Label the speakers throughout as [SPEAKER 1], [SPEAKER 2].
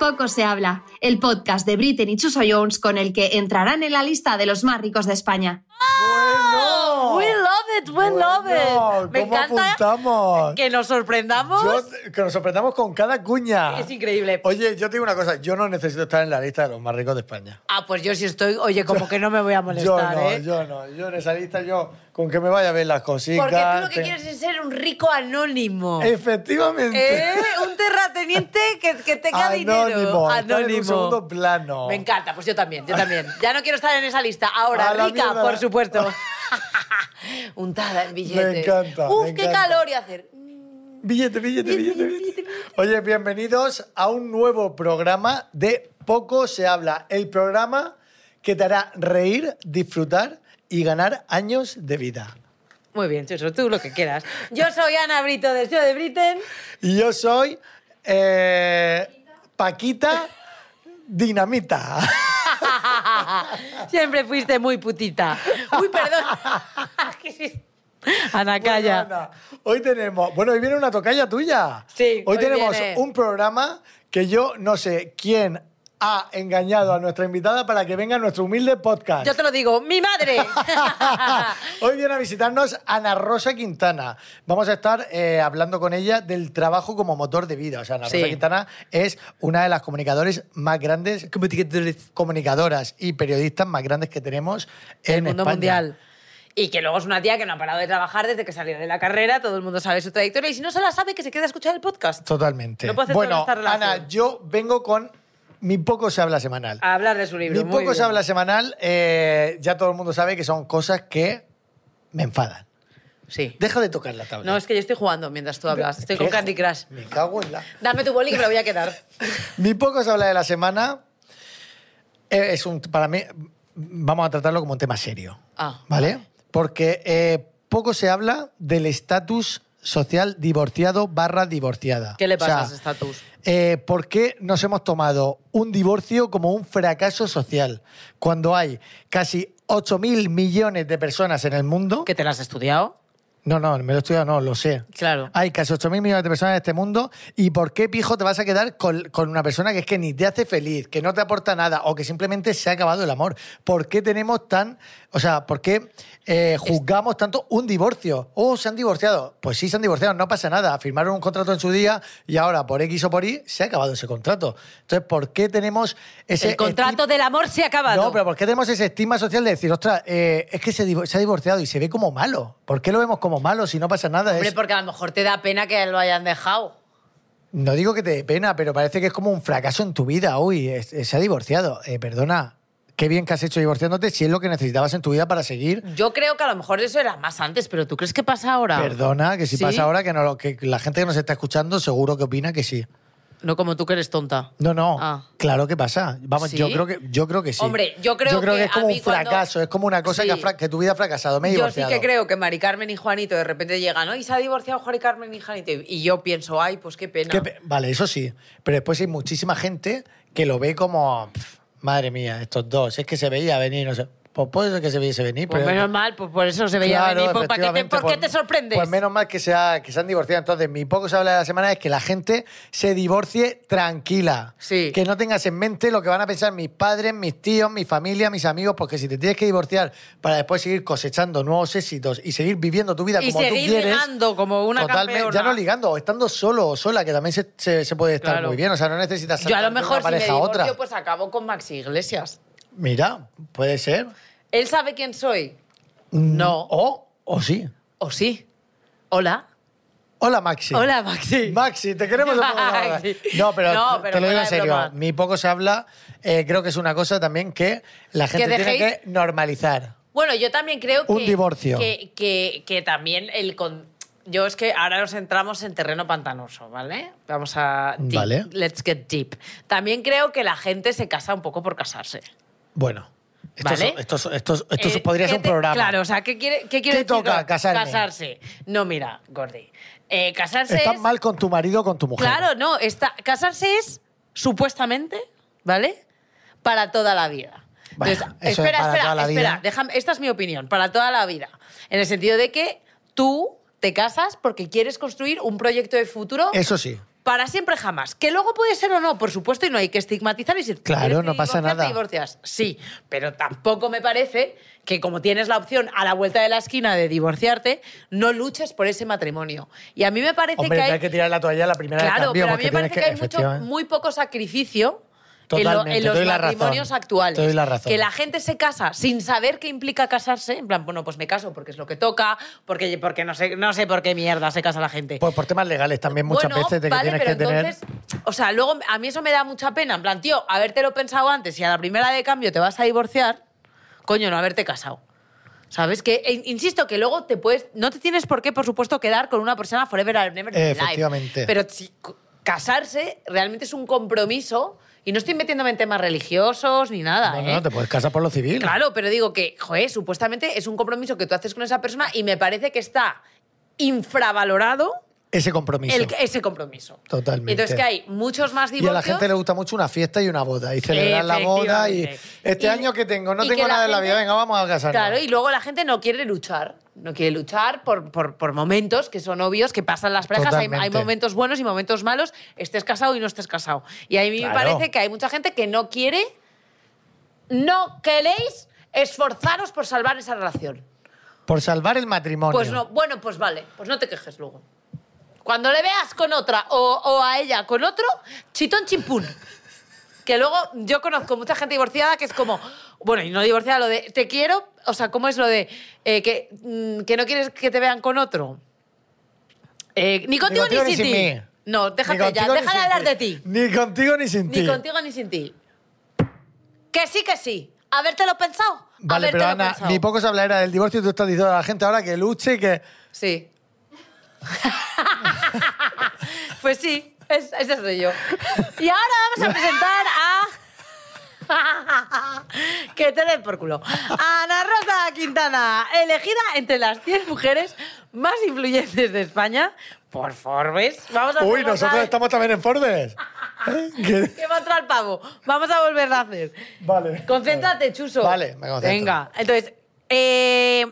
[SPEAKER 1] Poco se habla, el podcast de Britten y Chuso Jones con el que entrarán en la lista de los más ricos de España.
[SPEAKER 2] Bueno.
[SPEAKER 3] We love it, we love
[SPEAKER 2] Bueno,
[SPEAKER 3] it. Me
[SPEAKER 2] ¿cómo
[SPEAKER 3] encanta
[SPEAKER 2] apuntamos?
[SPEAKER 3] que nos sorprendamos.
[SPEAKER 2] Yo- que nos sorprendamos con cada cuña.
[SPEAKER 3] Es increíble.
[SPEAKER 2] Oye, yo te digo una cosa, yo no necesito estar en la lista de los más ricos de España.
[SPEAKER 3] Ah, pues yo sí estoy, oye, como que no me voy a molestar,
[SPEAKER 2] yo no,
[SPEAKER 3] ¿eh?
[SPEAKER 2] yo no, yo en esa lista yo con que me vaya a ver las cositas.
[SPEAKER 3] Porque tú lo que
[SPEAKER 2] te-
[SPEAKER 3] quieres es ser un rico anónimo.
[SPEAKER 2] Efectivamente.
[SPEAKER 3] ¿Eh? Un terrateniente que, que tenga dinero.
[SPEAKER 2] Anónimo, estar en un
[SPEAKER 3] Anónimo.
[SPEAKER 2] segundo plano.
[SPEAKER 3] Me encanta, pues yo también, yo también. Ya no quiero estar en esa lista. Ahora,
[SPEAKER 2] A la
[SPEAKER 3] rica,
[SPEAKER 2] mierda.
[SPEAKER 3] por supuesto. Untada en billetes.
[SPEAKER 2] Me encanta,
[SPEAKER 3] Uf,
[SPEAKER 2] me
[SPEAKER 3] qué
[SPEAKER 2] encanta.
[SPEAKER 3] calor y hacer.
[SPEAKER 2] Billete, billete, billete, billete. Oye, bienvenidos a un nuevo programa de Poco se habla, el programa que te hará reír, disfrutar y ganar años de vida.
[SPEAKER 3] Muy bien, Chuso, tú lo que quieras. Yo soy Ana Brito de Show de Britain.
[SPEAKER 2] Y yo soy eh, Paquita Dinamita.
[SPEAKER 3] Siempre fuiste muy putita. Uy, perdón. ¿Qué es esto? Ana, calla.
[SPEAKER 2] Bueno, Ana, hoy tenemos, bueno, hoy viene una tocalla tuya.
[SPEAKER 3] Sí,
[SPEAKER 2] Hoy
[SPEAKER 3] hoy
[SPEAKER 2] tenemos
[SPEAKER 3] viene.
[SPEAKER 2] un programa que yo no sé quién ha engañado a nuestra invitada para que venga a nuestro humilde podcast.
[SPEAKER 3] Yo te lo digo, mi madre.
[SPEAKER 2] Hoy viene a visitarnos Ana Rosa Quintana. Vamos a estar eh, hablando con ella del trabajo como motor de vida. O sea, Ana
[SPEAKER 3] Sí.
[SPEAKER 2] Rosa Quintana es una de las comunicadores más grandes, comunicadoras y periodistas más grandes que tenemos en
[SPEAKER 3] el mundo
[SPEAKER 2] España.
[SPEAKER 3] mundial. Y que luego es una tía que no ha parado de trabajar desde que salió de la carrera, todo el mundo sabe su trayectoria y si no se la sabe que se queda a escuchar el podcast.
[SPEAKER 2] Totalmente.
[SPEAKER 3] No puedo hacer
[SPEAKER 2] bueno,
[SPEAKER 3] toda esta relación.
[SPEAKER 2] Ana, yo vengo con mi poco se habla semanal.
[SPEAKER 3] A hablar de su libro.
[SPEAKER 2] mi
[SPEAKER 3] Ah, muy
[SPEAKER 2] poco
[SPEAKER 3] bien.
[SPEAKER 2] se habla semanal, eh, ya todo el mundo sabe que son cosas que me enfadan.
[SPEAKER 3] Sí.
[SPEAKER 2] Deja de tocar la tabla.
[SPEAKER 3] No, es que yo estoy jugando mientras tú hablas. Estoy con
[SPEAKER 2] Deja.
[SPEAKER 3] Candy Crush.
[SPEAKER 2] Me cago en la...
[SPEAKER 3] Dame tu boli que me lo voy a quedar.
[SPEAKER 2] Mi poco se habla de la semana eh, es un, para mí, vamos a tratarlo como un tema serio,
[SPEAKER 3] Ah.
[SPEAKER 2] ¿vale? Porque eh, poco se habla del estatus social divorciado barra divorciada.
[SPEAKER 3] ¿Qué le
[SPEAKER 2] O sea,
[SPEAKER 3] pasa a ese estatus?
[SPEAKER 2] eh, ¿Por qué nos hemos tomado un divorcio como un fracaso social cuando hay casi 8.000 millones de personas en el mundo?
[SPEAKER 3] ¿Que te las has estudiado?
[SPEAKER 2] No, no, me lo he estudiado, no, lo sé.
[SPEAKER 3] Claro.
[SPEAKER 2] Hay casi 8.000 millones de personas en este mundo y ¿por qué, pijo, te vas a quedar con, con una persona que es que ni te hace feliz, que no te aporta nada o que simplemente se ha acabado el amor? ¿Por qué tenemos tan... O sea, ¿por qué eh, juzgamos tanto un divorcio? Oh, se han divorciado. Pues sí, se han divorciado, no pasa nada. Firmaron un contrato en su día y ahora por X o por Y se ha acabado ese contrato. Entonces, ¿por qué tenemos ese...
[SPEAKER 3] el contrato del amor se ha acabado.
[SPEAKER 2] No, pero ¿por qué tenemos ese estigma social de decir, ostras, eh, es que se, divo- se ha divorciado y se ve como malo? ¿Por qué lo vemos como malo si no pasa nada?
[SPEAKER 3] Hombre,
[SPEAKER 2] Es-
[SPEAKER 3] porque a lo mejor te da pena que lo hayan dejado.
[SPEAKER 2] No digo que te dé pena, pero parece que es como un fracaso en tu vida. Uy, es- es- se ha divorciado. Eh, perdona, qué bien que has hecho divorciándote si es lo que necesitabas en tu vida para seguir.
[SPEAKER 3] Yo creo que a lo mejor eso era más antes, pero ¿tú crees que pasa ahora?
[SPEAKER 2] Perdona, que si
[SPEAKER 3] Sí.
[SPEAKER 2] pasa ahora, que, no, lo- que la gente que nos está escuchando seguro que opina que sí.
[SPEAKER 3] No como tú que eres tonta.
[SPEAKER 2] No, no,
[SPEAKER 3] Ah.
[SPEAKER 2] claro que pasa. Vamos, yo,
[SPEAKER 3] ¿Sí?
[SPEAKER 2] creo que, yo creo que sí.
[SPEAKER 3] Hombre, yo creo
[SPEAKER 2] que,
[SPEAKER 3] que
[SPEAKER 2] es
[SPEAKER 3] a
[SPEAKER 2] como
[SPEAKER 3] mí
[SPEAKER 2] un
[SPEAKER 3] cuando-
[SPEAKER 2] fracaso, es como una cosa
[SPEAKER 3] Sí.
[SPEAKER 2] que, ha fra- que tu vida ha fracasado. Me he
[SPEAKER 3] Yo sí
[SPEAKER 2] divorciado.
[SPEAKER 3] que creo que Mari Carmen y Juanito de repente llegan, ¿no? Y se ha divorciado Juan y Carmen y Juanito. Y yo pienso, ay, pues qué pena.
[SPEAKER 2] Qué pe- Vale, eso sí. Pero después hay muchísima gente que lo ve como, "Pf, madre mía, estos dos, es que se veía venir, no sé. Pues puede ser que se viese venir,
[SPEAKER 3] Pues
[SPEAKER 2] pero...
[SPEAKER 3] menos mal, pues por eso se veía
[SPEAKER 2] Claro,
[SPEAKER 3] venir. Pues, ¿para qué te-
[SPEAKER 2] efectivamente,
[SPEAKER 3] ¿Por qué
[SPEAKER 2] pues-
[SPEAKER 3] te sorprendes?
[SPEAKER 2] Pues menos mal que, se ha- que se han divorciado. Entonces, mi poco se habla de la semana es que la gente se divorcie tranquila.
[SPEAKER 3] Sí.
[SPEAKER 2] Que no tengas en mente lo que van a pensar mis padres, mis tíos, mi familia, mis amigos, porque si te tienes que divorciar para después seguir cosechando nuevos éxitos y seguir viviendo tu vida
[SPEAKER 3] y
[SPEAKER 2] como tú
[SPEAKER 3] seguir
[SPEAKER 2] quieres...
[SPEAKER 3] ligando como una
[SPEAKER 2] Totalmente,
[SPEAKER 3] campeona.
[SPEAKER 2] ya no ligando, o estando solo o sola, que también se, se- se puede estar
[SPEAKER 3] Claro.
[SPEAKER 2] muy bien. O sea, no necesitas
[SPEAKER 3] Yo a
[SPEAKER 2] saltar de
[SPEAKER 3] lo mejor
[SPEAKER 2] una
[SPEAKER 3] si me
[SPEAKER 2] pareja a
[SPEAKER 3] divorcio,
[SPEAKER 2] otra.
[SPEAKER 3] pues acabo con Maxi Iglesias.
[SPEAKER 2] Mira, puede ser. Mm,
[SPEAKER 3] ¿Él sabe quién soy? No.
[SPEAKER 2] O, o sí.
[SPEAKER 3] ¿O sí? Hola.
[SPEAKER 2] Hola, Maxi.
[SPEAKER 3] Hola, Maxi.
[SPEAKER 2] Maxi, te queremos un poco más.
[SPEAKER 3] Maxi.
[SPEAKER 2] No, pero,
[SPEAKER 3] No,
[SPEAKER 2] te-
[SPEAKER 3] pero
[SPEAKER 2] te lo
[SPEAKER 3] fuera
[SPEAKER 2] digo en
[SPEAKER 3] de
[SPEAKER 2] serio.
[SPEAKER 3] broma.
[SPEAKER 2] Mi poco se habla. eh, creo que es una cosa también que la gente tiene
[SPEAKER 3] dejéis-
[SPEAKER 2] que normalizar.
[SPEAKER 3] Bueno, yo también creo que.
[SPEAKER 2] Un divorcio.
[SPEAKER 3] Que, que- que también el. con- Yo es que ahora nos entramos en terreno pantanoso, ¿vale? Vamos a. deep.
[SPEAKER 2] Vale.
[SPEAKER 3] Let's get deep. También creo que la gente se casa un poco por casarse.
[SPEAKER 2] Bueno, esto,
[SPEAKER 3] Vale.
[SPEAKER 2] es- esto, es- esto, es- esto
[SPEAKER 3] Eh,
[SPEAKER 2] podría
[SPEAKER 3] ¿qué
[SPEAKER 2] ser un
[SPEAKER 3] te-
[SPEAKER 2] programa.
[SPEAKER 3] Claro, o sea, ¿qué quiere, qué quiere
[SPEAKER 2] ¿Qué
[SPEAKER 3] decir?
[SPEAKER 2] toca?
[SPEAKER 3] No,
[SPEAKER 2] Casarme.
[SPEAKER 3] Casarse. No, mira, Gordi. Eh, casarse
[SPEAKER 2] Estás
[SPEAKER 3] es-
[SPEAKER 2] mal con tu marido o con tu mujer.
[SPEAKER 3] Claro, no. Está, casarse es supuestamente, ¿vale? Para toda la vida.
[SPEAKER 2] Bueno, eso es
[SPEAKER 3] espera,
[SPEAKER 2] para
[SPEAKER 3] espera,
[SPEAKER 2] toda la
[SPEAKER 3] espera.
[SPEAKER 2] vida.
[SPEAKER 3] déjame- esta es mi opinión, para toda la vida. En el sentido de que tú te casas porque quieres construir un proyecto de futuro
[SPEAKER 2] Eso sí.
[SPEAKER 3] para siempre jamás. Que luego puede ser o no, por supuesto, y no hay que estigmatizar. Y si
[SPEAKER 2] Claro,
[SPEAKER 3] quieres
[SPEAKER 2] no pasa
[SPEAKER 3] divorciarte,
[SPEAKER 2] nada.
[SPEAKER 3] divorcias. Sí, pero tampoco me parece que como tienes la opción a la vuelta de la esquina de divorciarte, no luches por ese matrimonio. Y a mí me parece
[SPEAKER 2] Hombre,
[SPEAKER 3] que
[SPEAKER 2] no
[SPEAKER 3] hay...
[SPEAKER 2] hay que tirar la toalla la primera vez.
[SPEAKER 3] Claro,
[SPEAKER 2] cambio,
[SPEAKER 3] pero a mí
[SPEAKER 2] porque
[SPEAKER 3] me
[SPEAKER 2] tienes
[SPEAKER 3] parece que, hay mucho,
[SPEAKER 2] efectivamente.
[SPEAKER 3] muy poco sacrificio en, lo- en
[SPEAKER 2] Totalmente, te
[SPEAKER 3] los
[SPEAKER 2] doy la
[SPEAKER 3] matrimonios
[SPEAKER 2] razón.
[SPEAKER 3] actuales.
[SPEAKER 2] Te doy la razón.
[SPEAKER 3] Que la gente se casa sin saber qué implica casarse. En plan, bueno, pues me caso porque es lo que toca, porque, porque no, sé, no sé por qué mierda se casa la gente.
[SPEAKER 2] Pues por temas legales también muchas
[SPEAKER 3] Bueno,
[SPEAKER 2] veces de que
[SPEAKER 3] vale,
[SPEAKER 2] tienes
[SPEAKER 3] pero
[SPEAKER 2] que tener...
[SPEAKER 3] entonces, O sea, luego a mí eso me da mucha pena. En plan, tío, habértelo pensado antes y a la primera de cambio te vas a divorciar, coño, no haberte casado. ¿Sabes? Que, e- insisto, que luego te puedes... No te tienes por qué, por supuesto, quedar con una persona forever and ever in life.
[SPEAKER 2] Efectivamente.
[SPEAKER 3] Pero si c- casarse realmente es un compromiso y no estoy metiéndome en temas religiosos ni nada,
[SPEAKER 2] No,
[SPEAKER 3] ¿eh?
[SPEAKER 2] no, te puedes casar por lo civil.
[SPEAKER 3] Claro, pero digo que, joder, supuestamente es un compromiso que tú haces con esa persona y me parece que está infravalorado
[SPEAKER 2] Ese compromiso.
[SPEAKER 3] el- ese compromiso.
[SPEAKER 2] Totalmente.
[SPEAKER 3] Entonces que hay muchos más
[SPEAKER 2] Y a
[SPEAKER 3] divorcios.
[SPEAKER 2] la gente le gusta mucho una fiesta y una boda. Y celebrar la boda y...
[SPEAKER 3] Efectivamente.
[SPEAKER 2] Este
[SPEAKER 3] Y-
[SPEAKER 2] año que tengo, no
[SPEAKER 3] y
[SPEAKER 2] tengo
[SPEAKER 3] que la
[SPEAKER 2] nada en la vida,
[SPEAKER 3] gente-
[SPEAKER 2] venga, vamos a casarnos.
[SPEAKER 3] Claro, y luego la gente no quiere luchar. No quiere luchar por, por, por momentos que son obvios, que pasan las parejas. Hay, hay
[SPEAKER 2] Totalmente.
[SPEAKER 3] momentos buenos y momentos malos, estés casado y no estés casado. Y a mí
[SPEAKER 2] Claro.
[SPEAKER 3] me parece que hay mucha gente que no quiere, no queréis esforzaros por salvar esa relación.
[SPEAKER 2] Por salvar el matrimonio.
[SPEAKER 3] Pues no, bueno, pues vale, pues no te quejes luego. Cuando le veas con otra o, o a ella con otro, chitón chimpún. Que luego yo conozco mucha gente divorciada que es como, bueno, y no divorciada, lo de te quiero, o sea, ¿cómo es lo de eh, que, mm, que no quieres que te vean con otro? Eh, ni contigo ni,
[SPEAKER 2] contigo ni
[SPEAKER 3] sin,
[SPEAKER 2] sin
[SPEAKER 3] ti.
[SPEAKER 2] mí.
[SPEAKER 3] No,
[SPEAKER 2] Ni
[SPEAKER 3] déjate ya,
[SPEAKER 2] contigo ni
[SPEAKER 3] deja de
[SPEAKER 2] sin
[SPEAKER 3] hablar de ti.
[SPEAKER 2] Ni contigo ni sin ti.
[SPEAKER 3] Ni contigo ni sin ti. Que sí, que sí. Habértelo pensado.
[SPEAKER 2] Vale, pero
[SPEAKER 3] Habértelo
[SPEAKER 2] Ana,
[SPEAKER 3] pensado.
[SPEAKER 2] ni poco se habla era del divorcio y tú estás diciendo a la gente ahora que luche y que...
[SPEAKER 3] Sí. pues sí, es, ese soy yo. Y ahora vamos a presentar a. que te den por culo. A Ana Rosa Quintana, elegida entre las 10 mujeres más influyentes de España por Forbes. Vamos a hacer
[SPEAKER 2] Uy,
[SPEAKER 3] otra
[SPEAKER 2] nosotros
[SPEAKER 3] vez
[SPEAKER 2] estamos también en Forbes. ¿Eh? Que-
[SPEAKER 3] Que va a entrar el pavo. Vamos a volverla a hacer.
[SPEAKER 2] Vale.
[SPEAKER 3] Concéntrate, Chuso.
[SPEAKER 2] Vale, me concentro.
[SPEAKER 3] Venga, entonces. eh,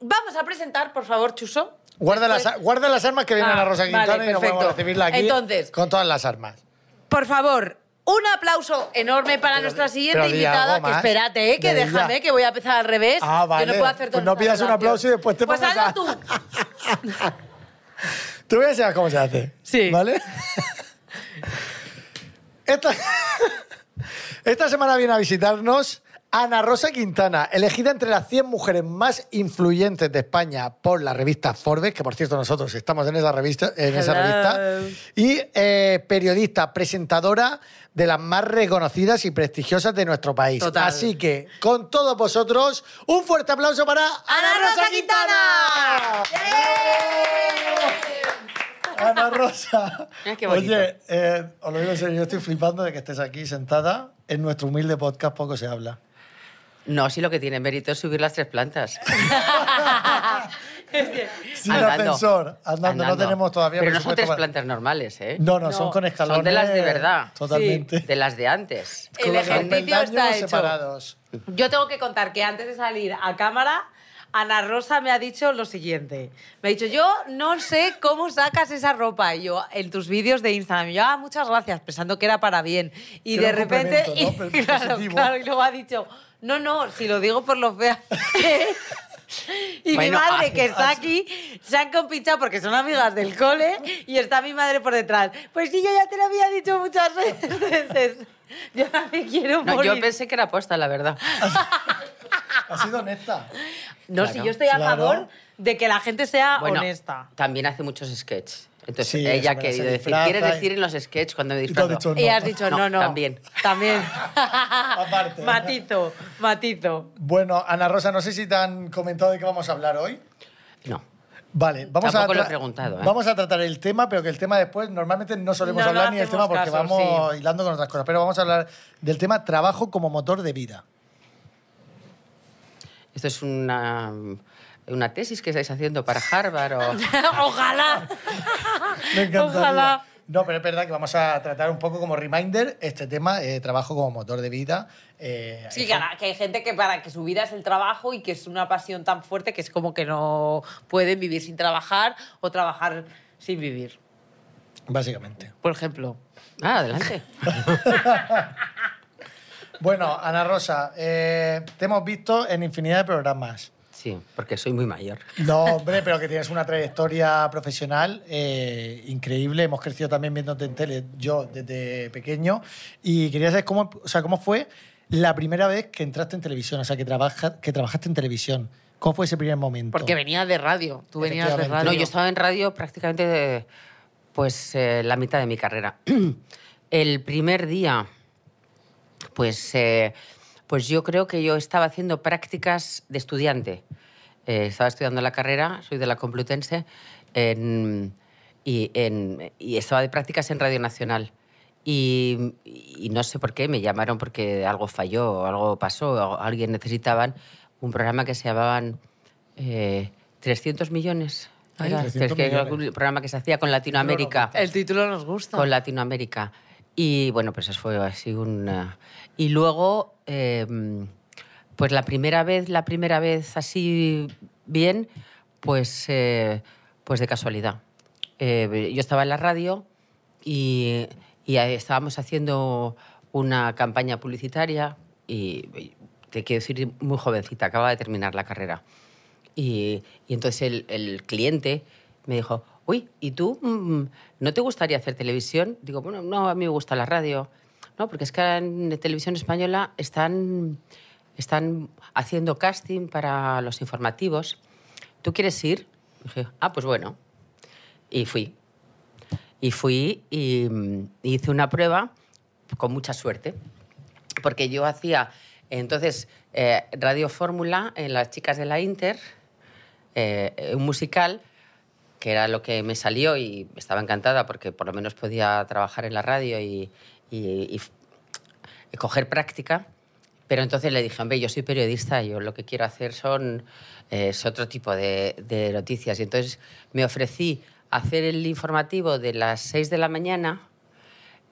[SPEAKER 3] vamos a presentar, por favor, Chuso.
[SPEAKER 2] Guarda las,
[SPEAKER 3] Después-
[SPEAKER 2] guarda las armas que vienen
[SPEAKER 3] Pues Ah,
[SPEAKER 2] a Rosa
[SPEAKER 3] vale,
[SPEAKER 2] Quintana y no podemos
[SPEAKER 3] perfecto.
[SPEAKER 2] recibirla aquí
[SPEAKER 3] Entonces-
[SPEAKER 2] con todas las armas.
[SPEAKER 3] Por favor, un aplauso enorme para nuestra siguiente
[SPEAKER 2] pero di
[SPEAKER 3] invitada.
[SPEAKER 2] algo
[SPEAKER 3] Que
[SPEAKER 2] más.
[SPEAKER 3] espérate, eh, que
[SPEAKER 2] Di ya.
[SPEAKER 3] déjame, que voy a empezar al revés.
[SPEAKER 2] Ah, vale.
[SPEAKER 3] Que no puedo hacer
[SPEAKER 2] Pues no pidas un aplauso y después te
[SPEAKER 3] pues
[SPEAKER 2] pones
[SPEAKER 3] hazlo
[SPEAKER 2] a-
[SPEAKER 3] tú.
[SPEAKER 2] Te voy a enseñar cómo se hace.
[SPEAKER 3] Sí.
[SPEAKER 2] ¿Vale? Esta, esta semana viene a visitarnos Ana Rosa Quintana, elegida entre las 100 mujeres más influyentes de España por la revista Forbes, que por cierto nosotros estamos en esa revista, en esa
[SPEAKER 3] Hello.
[SPEAKER 2] revista y eh, periodista, presentadora de las más reconocidas y prestigiosas de nuestro país.
[SPEAKER 3] Total.
[SPEAKER 2] Así que, con todos vosotros, un fuerte aplauso para Ana Rosa Quintana. Ana Rosa.
[SPEAKER 4] Ah,
[SPEAKER 3] Mira qué bonito.
[SPEAKER 2] Oye, eh, os lo digo en serio, yo estoy flipando de que estés aquí sentada. En nuestro humilde podcast poco se habla.
[SPEAKER 4] No, sí, lo que tiene mérito es subir las tres plantas.
[SPEAKER 2] Sin
[SPEAKER 4] Andando.
[SPEAKER 2] ascensor, andando, no
[SPEAKER 4] Andando.
[SPEAKER 2] tenemos todavía
[SPEAKER 4] Pero no son
[SPEAKER 2] presupuesto
[SPEAKER 4] tres
[SPEAKER 2] para-
[SPEAKER 4] plantas normales, ¿eh?
[SPEAKER 2] No, no, son con escalones.
[SPEAKER 4] Son de las de verdad.
[SPEAKER 2] Totalmente.
[SPEAKER 4] De las de antes.
[SPEAKER 3] El
[SPEAKER 2] los
[SPEAKER 3] ejercicio está
[SPEAKER 2] peldaños
[SPEAKER 3] hecho.
[SPEAKER 2] separados.
[SPEAKER 3] Yo tengo que contar que antes de salir a cámara, Ana Rosa me ha dicho lo siguiente. Me ha dicho, yo no sé cómo sacas esa ropa. Y yo, en tus vídeos de Instagram. Y yo, ah, muchas gracias, pensando que era para bien. Y
[SPEAKER 2] Que
[SPEAKER 3] de
[SPEAKER 2] era un
[SPEAKER 3] repente... y-
[SPEAKER 2] complemento, ¿no? Pero
[SPEAKER 3] claro,
[SPEAKER 2] positivo.
[SPEAKER 3] claro, y luego ha dicho, no, no, si lo digo por lo fea. que es". Y
[SPEAKER 4] Bueno,
[SPEAKER 3] mi madre,
[SPEAKER 4] ay,
[SPEAKER 3] que está aquí, se han compinchado porque son amigas del cole y está mi madre por detrás. Pues sí, yo ya te lo había dicho muchas veces. Yo no me quiero
[SPEAKER 4] No,
[SPEAKER 3] morir.
[SPEAKER 4] yo pensé que era posta, la verdad.
[SPEAKER 2] Ha sido honesta.
[SPEAKER 3] No,
[SPEAKER 4] Claro.
[SPEAKER 3] si yo estoy a
[SPEAKER 2] Claro.
[SPEAKER 3] favor de que la gente sea
[SPEAKER 4] Bueno,
[SPEAKER 3] honesta.
[SPEAKER 4] también hace muchos sketches. Entonces
[SPEAKER 2] Sí, eso,
[SPEAKER 4] ella ha
[SPEAKER 2] pero se
[SPEAKER 4] querido decir,
[SPEAKER 2] disfraza
[SPEAKER 4] ¿quieres
[SPEAKER 2] y-
[SPEAKER 4] decir en los sketches cuando me
[SPEAKER 2] Y tú has dicho
[SPEAKER 4] disfrazo?
[SPEAKER 2] no.
[SPEAKER 3] Y has dicho, no, no.
[SPEAKER 4] No, también.
[SPEAKER 3] También.
[SPEAKER 2] Aparte.
[SPEAKER 3] Matizo, matizo.
[SPEAKER 2] Bueno, Ana Rosa, no sé si te han comentado de qué vamos a hablar hoy.
[SPEAKER 4] No.
[SPEAKER 2] Vale, vamos
[SPEAKER 4] Tampoco
[SPEAKER 2] a
[SPEAKER 4] lo he
[SPEAKER 2] tra-
[SPEAKER 4] preguntado, ¿eh?
[SPEAKER 2] Vamos a tratar el tema, pero que el tema después normalmente no
[SPEAKER 3] No,
[SPEAKER 2] solemos
[SPEAKER 3] no
[SPEAKER 2] hablar ni del
[SPEAKER 3] hacemos
[SPEAKER 2] tema porque
[SPEAKER 3] caso,
[SPEAKER 2] vamos hilando con otras cosas, pero vamos a hablar del tema trabajo como motor de vida.
[SPEAKER 4] Esto es una, una tesis que estáis haciendo para Harvard o...
[SPEAKER 3] Ojalá.
[SPEAKER 2] Me encantaría.
[SPEAKER 3] Ojalá.
[SPEAKER 2] No, pero es verdad que vamos a tratar un poco como reminder este tema, eh, trabajo como motor de vida. eh,
[SPEAKER 3] Sí, que, que hay gente que para que su vida es el trabajo y que es una pasión tan fuerte que es como que no pueden vivir sin trabajar o trabajar sin vivir.
[SPEAKER 2] Básicamente.
[SPEAKER 3] por ejemplo.
[SPEAKER 4] Ah, adelante.
[SPEAKER 2] Bueno, Ana Rosa, eh, te hemos visto en infinidad de programas.
[SPEAKER 4] Sí, porque soy muy mayor.
[SPEAKER 2] No, hombre, pero que tienes una trayectoria profesional eh, increíble. Hemos crecido también viéndote en tele, yo desde pequeño. Y quería saber cómo, o sea, cómo fue la primera vez que entraste en televisión, o sea, que, trabaja, que trabajaste en televisión. ¿Cómo fue ese primer momento?
[SPEAKER 3] Porque venías de radio. Tú venías de
[SPEAKER 2] Efectivamente.
[SPEAKER 3] radio.
[SPEAKER 4] No, yo estaba en radio prácticamente de, pues eh, la mitad de mi carrera. El primer día, pues, eh, pues yo creo que yo estaba haciendo prácticas de estudiante. Eh, estaba estudiando la carrera, soy de la Complutense, en- y, en- y estaba de prácticas en Radio Nacional. Y, y no sé por qué, me llamaron porque algo falló, o algo pasó, o alguien necesitaban un programa que se llamaban eh, 300 millones.
[SPEAKER 2] Ay,
[SPEAKER 4] Era,
[SPEAKER 2] 300
[SPEAKER 4] que era
[SPEAKER 2] millones.
[SPEAKER 4] un programa que se hacía con Latinoamérica
[SPEAKER 3] El título nos gusta.
[SPEAKER 4] con Latinoamérica. Y bueno, pues eso fue así un... eh, Y luego, eh, pues la primera vez, la primera vez así bien, pues, eh, pues de casualidad. Eh, yo estaba en la radio y, y ahí estábamos haciendo una campaña publicitaria y y te quiero decir, muy jovencita, acaba de terminar la carrera. Y, y entonces el, el cliente me dijo, uy, ¿y tú mm, no te gustaría hacer televisión? Digo, bueno, no, a mí me gusta la radio. No, porque es que ahora en televisión española están, están haciendo casting para los informativos. ¿Tú quieres ir? Dije, ah, pues bueno. Y fui. Y fui y mm, hice una prueba con mucha suerte porque yo hacía entonces eh, Radio Fórmula en las chicas de la Inter, eh, un musical que era lo que me salió y estaba encantada porque por lo menos podía trabajar en la radio y, y- y f- y coger práctica. Pero entonces le dije, hombre, yo soy periodista, yo lo que quiero hacer son eh, es otro tipo de, de noticias. Y entonces me ofrecí hacer el informativo de las 6 de la mañana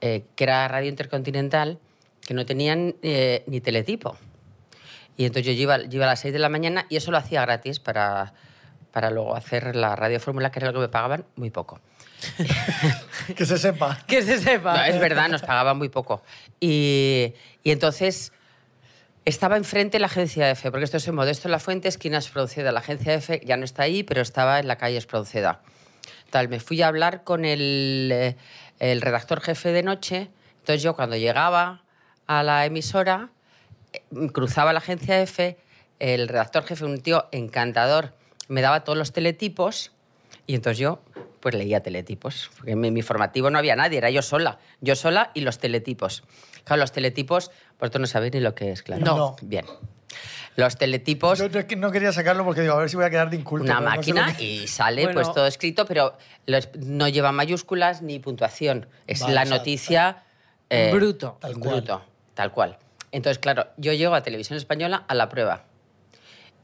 [SPEAKER 4] eh, que era Radio Intercontinental, que no tenían eh, ni teletipo. Y entonces yo iba, yo iba a las 6 de la mañana y eso lo hacía gratis para, para luego hacer la radio fórmula, que era lo que me pagaban muy poco.
[SPEAKER 2] Que se sepa.
[SPEAKER 3] Que se sepa.
[SPEAKER 4] No, es verdad, nos pagaban muy poco. Y, y entonces estaba enfrente la agencia F, E, porque esto es en Modesto La Fuente, esquina Espronceda. La agencia F E ya no está ahí, pero estaba en la calle Espronceda. Tal, me fui a hablar con el, eh, el redactor jefe de noche. Entonces yo cuando llegaba a la emisora, eh, cruzaba la agencia F, el redactor jefe, un tío encantador, me daba todos los teletipos y entonces yo pues leía teletipos, porque en mi, mi formativo no había nadie, era yo sola, yo sola y los teletipos. Claro, los teletipos, vosotros no sabéis ni lo que es, claro.
[SPEAKER 2] No. No.
[SPEAKER 4] Bien. Los teletipos
[SPEAKER 2] Yo no, es que no quería sacarlo porque digo, a ver si voy a quedar de inculto.
[SPEAKER 4] una
[SPEAKER 2] pero no sé lo
[SPEAKER 4] máquina
[SPEAKER 2] que-
[SPEAKER 4] y sale
[SPEAKER 3] Bueno.
[SPEAKER 4] pues todo escrito, pero los- no lleva mayúsculas ni puntuación. Es
[SPEAKER 2] Vale,
[SPEAKER 4] la
[SPEAKER 2] o sea,
[SPEAKER 4] noticia...
[SPEAKER 3] Bruto.
[SPEAKER 2] Tal
[SPEAKER 4] Tal
[SPEAKER 2] cual.
[SPEAKER 4] cual. tal cual. Entonces, claro, yo llego a Televisión Española a la prueba.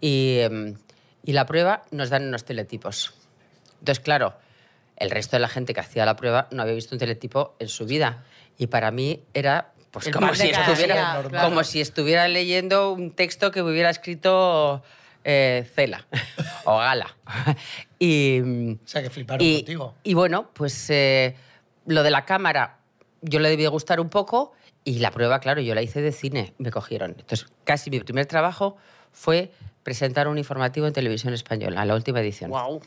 [SPEAKER 4] Y, em, y la prueba nos dan unos teletipos. Entonces, claro, el resto de la gente que hacía la prueba no había visto un teletipo en su vida. Y para mí era pues,
[SPEAKER 3] El
[SPEAKER 4] como,
[SPEAKER 3] pan de
[SPEAKER 4] si
[SPEAKER 3] cada
[SPEAKER 4] estuviera,
[SPEAKER 2] día, claro.
[SPEAKER 4] como si estuviera leyendo un texto que me hubiera escrito eh, Cela o Gala. y, mm,
[SPEAKER 2] O sea, que fliparon
[SPEAKER 4] y,
[SPEAKER 2] contigo.
[SPEAKER 4] y bueno, pues eh, lo de la cámara yo le debía gustar un poco y la prueba, claro, yo la hice de cine, me cogieron. Entonces, casi mi primer trabajo fue presentar un informativo en televisión española, la última edición.
[SPEAKER 3] Guau.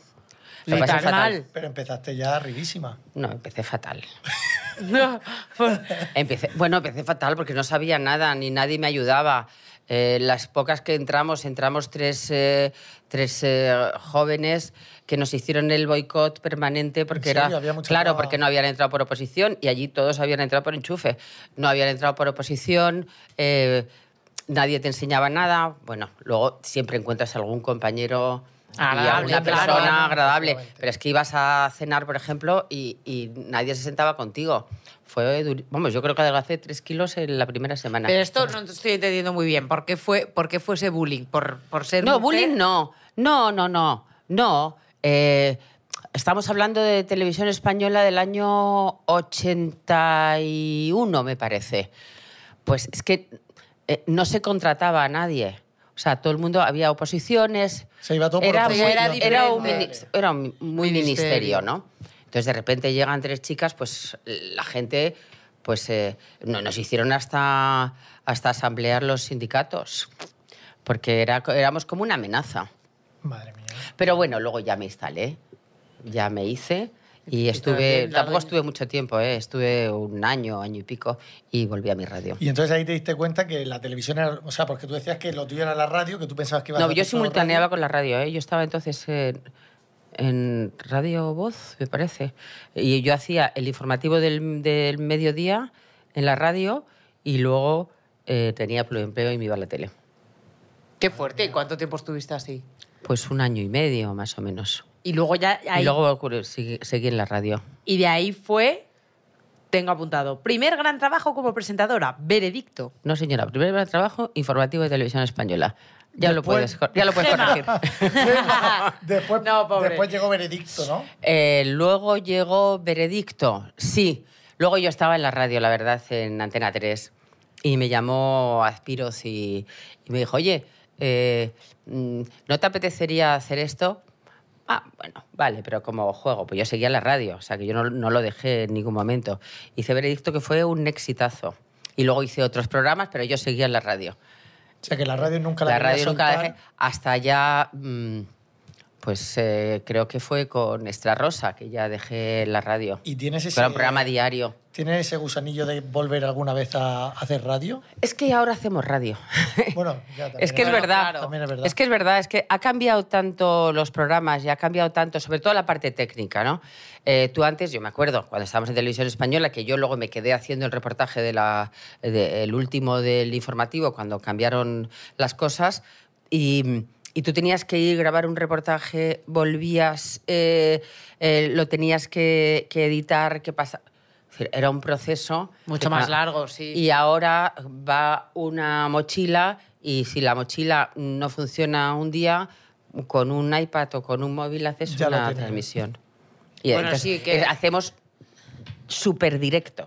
[SPEAKER 4] Lo
[SPEAKER 3] Ni
[SPEAKER 4] pasé
[SPEAKER 3] tan
[SPEAKER 4] fatal.
[SPEAKER 2] Pero empezaste ya arribísima.
[SPEAKER 4] No, empecé fatal.
[SPEAKER 3] mal. pues,
[SPEAKER 4] Empecé, bueno, empecé fatal porque no sabía nada, ni nadie me ayudaba. Eh, las pocas que entramos, entramos tres, eh, tres eh, jóvenes que nos hicieron el boicot permanente porque
[SPEAKER 2] ¿En serio?
[SPEAKER 4] era
[SPEAKER 2] Había mucha
[SPEAKER 4] claro
[SPEAKER 2] traba.
[SPEAKER 4] porque no habían entrado por oposición y allí todos habían entrado por enchufe, no habían entrado por oposición. eh, Nadie te enseñaba nada. Bueno, luego siempre encuentras algún compañero y a
[SPEAKER 3] Agradable,
[SPEAKER 4] una persona
[SPEAKER 3] claro.
[SPEAKER 4] agradable.
[SPEAKER 2] Efectivamente.
[SPEAKER 4] Pero es que ibas a cenar, por ejemplo, y, y nadie se sentaba contigo. Fue duri- Vamos, yo creo que adelgacé tres kilos en la primera semana.
[SPEAKER 3] Pero esto no te estoy entendiendo muy bien. ¿Por qué fue, por qué fue ese bullying? ¿Por, por ser
[SPEAKER 4] no,
[SPEAKER 3] mujer?
[SPEAKER 4] bullying no. No, no, no. No. Eh, estamos hablando de televisión española del año 81, me parece. Pues es que eh, no se contrataba a nadie. O sea, todo el mundo había oposiciones.
[SPEAKER 2] Se iba todo por
[SPEAKER 4] era,
[SPEAKER 2] oposición.
[SPEAKER 4] era- era un,
[SPEAKER 3] Era
[SPEAKER 4] mini-
[SPEAKER 2] diferente.
[SPEAKER 4] era un- muy
[SPEAKER 3] Ministerio.
[SPEAKER 4] ministerio, ¿no? Entonces de repente llegan tres chicas, pues la gente, pues eh, no- nos hicieron hasta, hasta asamblear los sindicatos, porque era, éramos como una amenaza.
[SPEAKER 2] Madre mía.
[SPEAKER 4] Pero bueno, luego ya me instalé, ya me hice y
[SPEAKER 3] bien,
[SPEAKER 4] estuve,
[SPEAKER 3] la reina.
[SPEAKER 4] tampoco estuve mucho tiempo, eh, estuve un año, año y pico y volví a mi radio.
[SPEAKER 2] Y entonces ahí te diste cuenta que la televisión era. O sea, porque tú decías que lo tuyo era la radio, que tú pensabas que iba a
[SPEAKER 4] No,
[SPEAKER 2] ser
[SPEAKER 4] yo
[SPEAKER 2] solo
[SPEAKER 4] simultaneaba
[SPEAKER 2] radio.
[SPEAKER 4] con la radio. ¿eh? Yo estaba entonces en, en Radio Voz, me parece. Y yo hacía el informativo del, del mediodía en la radio y luego eh, tenía empleo y me iba a la tele.
[SPEAKER 3] Qué fuerte. ¿Y cuánto tiempo estuviste así?
[SPEAKER 4] Pues un año y medio, más o menos.
[SPEAKER 5] Y luego ya ahí-
[SPEAKER 4] Y luego ocurrió- seguí, seguí en la radio.
[SPEAKER 5] y de ahí fue, tengo apuntado, primer gran trabajo como presentadora, veredicto.
[SPEAKER 4] No, señora, primer gran trabajo, informativo de televisión española. Ya, lo
[SPEAKER 2] Después-
[SPEAKER 4] puedes, cor- ya lo puedes corregir.
[SPEAKER 2] Después,
[SPEAKER 3] No, pobre.
[SPEAKER 2] después llegó Benedicto, ¿no?
[SPEAKER 4] Eh, luego llegó Veredicto, sí. Luego yo estaba en la radio, la verdad, en Antena 3. Y me llamó Aspiros y, y me dijo, oye, eh, mm, ¿no te apetecería hacer esto? Ah, bueno, vale, pero como juego, pues yo seguía en la radio, o sea que yo no, no lo dejé en ningún momento. Hice Veredicto que fue un exitazo. Y luego hice otros programas, pero yo seguía en la radio.
[SPEAKER 2] O sea, que la radio nunca la
[SPEAKER 4] La,
[SPEAKER 2] quería
[SPEAKER 4] radio nunca la
[SPEAKER 2] soltar.
[SPEAKER 4] dejé. Hasta ya, mm, pues eh, creo que fue con Extra Rosa que ya dejé la radio.
[SPEAKER 2] ¿Y tienes ese,
[SPEAKER 4] Con un programa diario.
[SPEAKER 2] ¿tienes ese gusanillo de volver alguna vez a hacer radio?
[SPEAKER 4] Es que ahora hacemos radio.
[SPEAKER 2] Bueno, ya también
[SPEAKER 4] es que es
[SPEAKER 3] Bueno,
[SPEAKER 4] verdad.
[SPEAKER 3] claro.
[SPEAKER 2] También es verdad.
[SPEAKER 4] Es que es verdad, es que ha cambiado tanto los programas y ha cambiado tanto, sobre todo la parte técnica, ¿no? Eh, tú antes, yo me acuerdo, cuando estábamos en televisión española, que yo luego me quedé haciendo el reportaje del último del informativo, cuando cambiaron las cosas, y, y tú tenías que ir grabar un reportaje, volvías, eh, eh, lo tenías que, que editar, que pasar. Era un proceso.
[SPEAKER 3] Mucho
[SPEAKER 4] que
[SPEAKER 3] más
[SPEAKER 4] pa-
[SPEAKER 3] largo, sí.
[SPEAKER 4] y ahora va una mochila y si la mochila no funciona un día, con un iPad o con un móvil haces
[SPEAKER 2] Ya lo
[SPEAKER 4] una
[SPEAKER 2] tienes.
[SPEAKER 4] transmisión. Y
[SPEAKER 3] Bueno, sí, que-
[SPEAKER 4] eh, hacemos súper directo,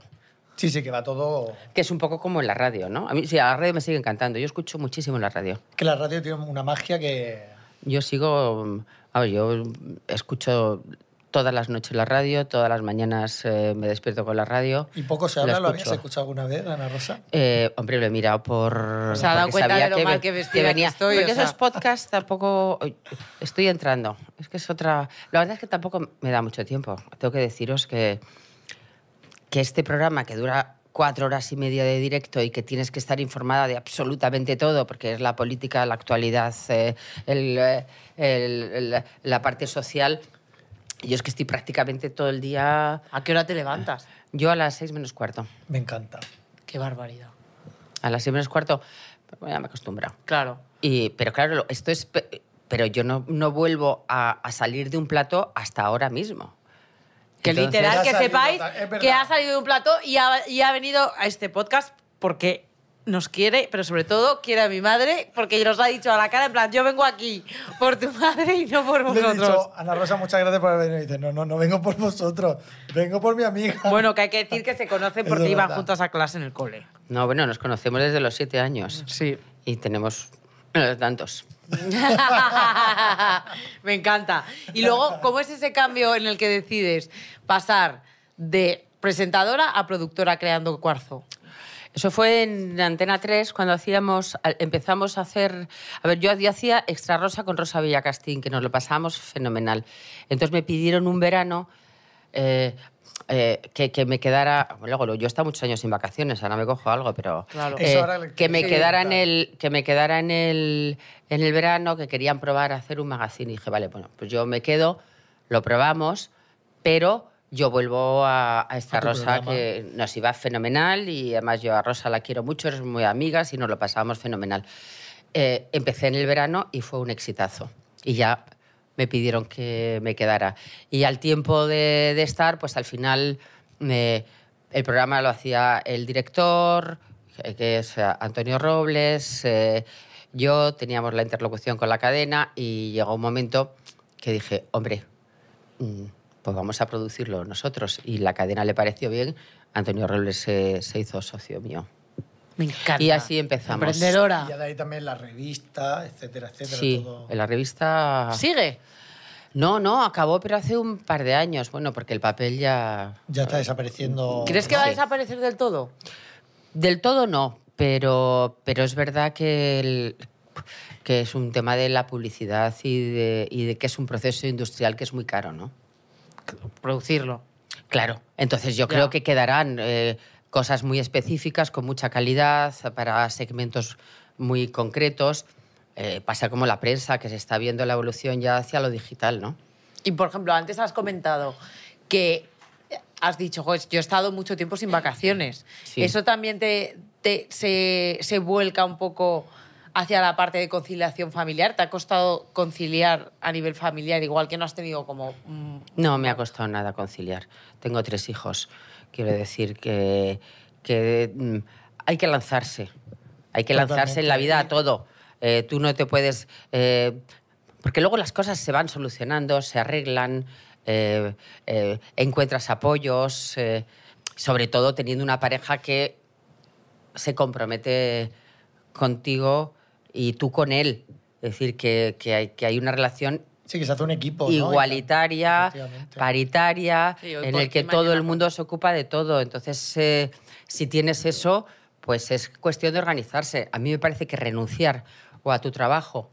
[SPEAKER 2] Sí, sí, que va todo...
[SPEAKER 4] que es un poco como en la radio, ¿no? A mí sí, a la radio me sigue encantando, yo escucho muchísimo en la radio.
[SPEAKER 2] Que la radio tiene una magia que...
[SPEAKER 4] Yo sigo, mm, a ver, yo escucho todas las noches la radio, todas las mañanas eh, me despierto con la radio.
[SPEAKER 2] Y poco se
[SPEAKER 4] La
[SPEAKER 2] habla, ¿lo habías
[SPEAKER 4] escucho.
[SPEAKER 2] escuchado alguna vez, Ana Rosa?
[SPEAKER 4] Eh, hombre, lo he mirado por.
[SPEAKER 3] Se ha dado
[SPEAKER 4] porque
[SPEAKER 3] cuenta
[SPEAKER 4] sabía
[SPEAKER 3] de lo mal que vestida que
[SPEAKER 4] venía.
[SPEAKER 3] estoy,
[SPEAKER 4] Porque
[SPEAKER 3] o sea.
[SPEAKER 4] esos podcasts tampoco. Estoy entrando. Es que es otra. La verdad es que tampoco me da mucho tiempo. Tengo que deciros que, que este programa que dura cuatro horas y media de directo y que tienes que estar informada de absolutamente todo, porque es la política, la actualidad, eh, el, eh, el- el- la parte social. Yo es que estoy prácticamente todo el día.
[SPEAKER 3] ¿A qué hora te levantas?
[SPEAKER 4] Yo a las seis menos cuarto.
[SPEAKER 2] Me encanta.
[SPEAKER 3] Qué barbaridad.
[SPEAKER 4] A las seis menos cuarto. Bueno, ya me he acostumbrado.
[SPEAKER 3] Claro.
[SPEAKER 4] Y- pero claro, lo- esto es. pe- Pero yo no, no vuelvo a, a salir de un plato hasta ahora mismo.
[SPEAKER 5] Que
[SPEAKER 4] Entonces-
[SPEAKER 5] literal,
[SPEAKER 2] Ha
[SPEAKER 5] que
[SPEAKER 2] salido
[SPEAKER 5] sepáis
[SPEAKER 2] ta- es verdad.
[SPEAKER 5] que ha salido de un plato y ha, y ha venido a este podcast porque nos quiere, pero sobre todo quiere a mi madre, porque nos lo ha dicho a la cara, en plan, yo vengo aquí por tu madre y no por
[SPEAKER 2] Le he
[SPEAKER 5] vosotros.
[SPEAKER 2] dicho, Ana Rosa, muchas gracias por haber venido. Y dice, no, no, no vengo por vosotros, vengo por mi amiga.
[SPEAKER 5] Bueno, que hay que decir que se conocen
[SPEAKER 2] "Ah". Es
[SPEAKER 5] porque iban
[SPEAKER 2] verdad.
[SPEAKER 5] juntas a clase en el cole.
[SPEAKER 4] No, bueno, nos conocemos desde los siete años.
[SPEAKER 5] Sí.
[SPEAKER 4] Y tenemos. bueno, tantos.
[SPEAKER 5] Me encanta. Y luego, ¿cómo es ese cambio en el que decides pasar de presentadora a productora creando cuarzo?
[SPEAKER 4] Eso fue en Antena 3 cuando hacíamos, al- empezamos a hacer, a ver, yo, yo hacía Extra Rosa con Rosa Villacastín, que nos lo pasábamos fenomenal. Entonces me pidieron un verano eh, eh, que, que me quedara, luego lo- yo he estado muchos años sin vacaciones, ahora me cojo algo, pero
[SPEAKER 5] Claro.
[SPEAKER 4] eh,
[SPEAKER 2] Eso ahora le-
[SPEAKER 4] que me
[SPEAKER 2] sí,
[SPEAKER 4] quedara en
[SPEAKER 2] claro.
[SPEAKER 4] el, que me quedara en el, en el verano, que querían probar a hacer un magazine. Y dije, vale, bueno, pues yo me quedo, lo probamos, pero yo vuelvo a, a Extra
[SPEAKER 2] A tu
[SPEAKER 4] Rosa,
[SPEAKER 2] programa.
[SPEAKER 4] que eh, nos iba fenomenal y además yo a Rosa la quiero mucho, eres muy amigas y nos lo pasábamos fenomenal. Eh, empecé en el verano y fue un exitazo. Y ya me pidieron que me quedara. Y al tiempo de, de estar, pues al final eh, el programa lo hacía el director, eh, que es eh, Antonio Robles, eh, yo teníamos la interlocución con la cadena y llegó un momento que dije, hombre, mm, pues vamos a producirlo nosotros. Y la cadena le pareció bien. Antonio Robles se, se hizo socio mío.
[SPEAKER 3] Me encanta.
[SPEAKER 4] Y así empezamos.
[SPEAKER 2] Y
[SPEAKER 3] Emprendedora.
[SPEAKER 2] de ahí también la revista, etcétera, etcétera.
[SPEAKER 4] Sí,
[SPEAKER 2] todo.
[SPEAKER 4] en la revista...
[SPEAKER 3] Sigue.
[SPEAKER 4] No, no, acabó, pero hace un par de años. Bueno, porque el papel ya.
[SPEAKER 2] Ya está desapareciendo.
[SPEAKER 3] ¿Crees que va a desaparecer del todo?
[SPEAKER 4] Del todo no, pero, pero es verdad que, el- que es un tema de la publicidad y de, y de que es un proceso industrial que es muy caro, ¿no?
[SPEAKER 3] Producirlo.
[SPEAKER 4] Claro. Entonces yo
[SPEAKER 3] Ya.
[SPEAKER 4] creo que quedarán eh, cosas muy específicas, con mucha calidad, para segmentos muy concretos. Eh, pasa como la prensa, que se está viendo la evolución ya hacia lo digital, ¿no?
[SPEAKER 3] Y por ejemplo, antes has comentado que has dicho, "Jo, es que yo he estado mucho tiempo sin vacaciones.
[SPEAKER 4] Sí.
[SPEAKER 3] Eso también te, te- se, se vuelca un poco hacia la parte de conciliación familiar. ¿Te ha costado conciliar a nivel familiar, igual que no has tenido como... mm,
[SPEAKER 4] No me ha costado nada conciliar. Tengo tres hijos. Quiero decir que, que, mm, hay que lanzarse. Hay que lanzarse en la vida a todo. Eh, tú no te puedes... eh, porque luego las cosas se van solucionando, se arreglan, eh, eh, encuentras apoyos, eh, sobre todo teniendo una pareja que se compromete contigo y tú con él. Es decir, que, que hay, que hay una relación
[SPEAKER 2] Sí, que se hace un equipo. ¿no?
[SPEAKER 4] igualitaria,
[SPEAKER 2] Efectivamente.
[SPEAKER 4] paritaria,
[SPEAKER 5] Sí, hoy
[SPEAKER 4] en
[SPEAKER 5] por
[SPEAKER 4] el
[SPEAKER 5] ti,
[SPEAKER 4] que todo
[SPEAKER 5] mañana
[SPEAKER 4] el
[SPEAKER 5] por
[SPEAKER 4] mundo se ocupa de todo. Entonces, eh, si tienes eso, pues es cuestión de organizarse. A mí me parece que renunciar o a tu trabajo,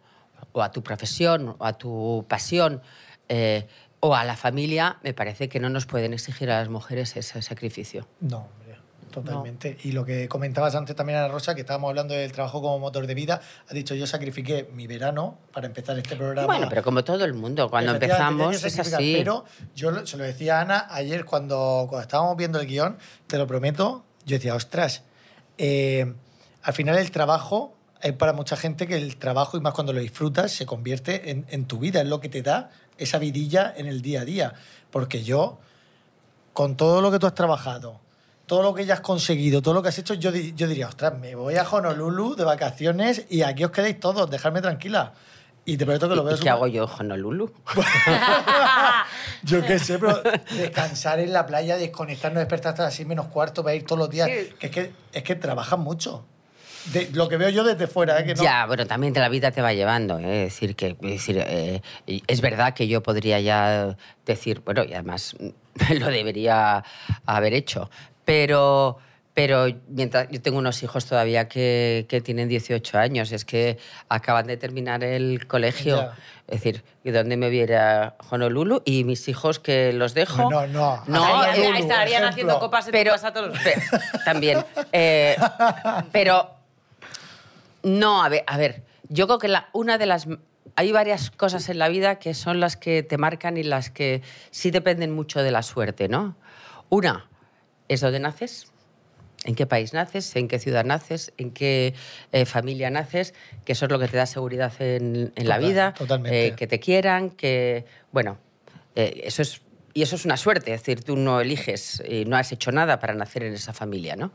[SPEAKER 4] o a tu profesión, o a tu pasión, eh, o a la familia, me parece que no nos pueden exigir a las mujeres ese sacrificio.
[SPEAKER 2] No, hombre, totalmente. Y lo que comentabas antes también, Ana Rosa, que estábamos hablando del trabajo como motor de vida, has dicho, yo sacrifiqué mi verano para empezar este programa.
[SPEAKER 4] Bueno, pero como todo el mundo, cuando
[SPEAKER 2] Efectivamente,
[SPEAKER 4] empezamos
[SPEAKER 2] tenía que
[SPEAKER 4] es
[SPEAKER 2] sacrificar,
[SPEAKER 4] así.
[SPEAKER 2] Pero yo lo- se lo decía a Ana ayer cuando, cuando estábamos viendo el guión, te lo prometo, yo decía, ostras, eh, al final el trabajo, es para mucha gente que el trabajo, y más cuando lo disfrutas, se convierte en, en tu vida, es lo que te da esa vidilla en el día a día. Porque yo, con todo lo que tú has trabajado, todo lo que ya has conseguido, todo lo que has hecho, yo, di- yo diría, ostras, me voy a Honolulu de vacaciones y aquí os quedáis todos, dejadme tranquila. Y te prometo que lo
[SPEAKER 4] ¿Y-
[SPEAKER 2] veo
[SPEAKER 4] ¿Y qué
[SPEAKER 2] súper-
[SPEAKER 4] hago yo, Honolulu?
[SPEAKER 2] yo qué sé, pero descansar en la playa, desconectarnos, despertar hasta las seis menos cuarto para ir todos los días.
[SPEAKER 3] Sí.
[SPEAKER 2] Que es que, es que trabajan mucho. De, lo que veo yo desde fuera, ¿eh? que no.
[SPEAKER 4] Ya, bueno, también te la vida te va llevando. ¿eh? Es decir, que es, decir, eh, y es verdad que yo podría ya decir, bueno, y además lo debería haber hecho, pero, pero mientras yo tengo unos hijos todavía que, que tienen 18 años, es que acaban de terminar el colegio.
[SPEAKER 2] Ya.
[SPEAKER 4] Es decir, ¿y dónde me viera Honolulu? Y mis hijos que los dejo.
[SPEAKER 2] No, no.
[SPEAKER 4] No,
[SPEAKER 2] Hasta
[SPEAKER 4] eh,
[SPEAKER 2] Honolulu,
[SPEAKER 5] ahí estarían
[SPEAKER 2] ejemplo.
[SPEAKER 5] haciendo copas en tu casa todos los días.
[SPEAKER 4] Pe- también. Eh, pero no, a ver, a ver, yo creo que la- una de las hay varias cosas en la vida que son las que te marcan y las que sí dependen mucho de la suerte, ¿no? Una es dónde naces, en qué país naces, en qué ciudad naces, en qué eh, familia naces, que eso es lo que te da seguridad en, en la
[SPEAKER 2] Total-
[SPEAKER 4] vida,
[SPEAKER 2] totalmente.
[SPEAKER 4] eh, que te quieran, que bueno, eh, eso es y eso es una suerte, es decir, tú no eliges, eh, no has hecho nada para nacer en esa familia, ¿no?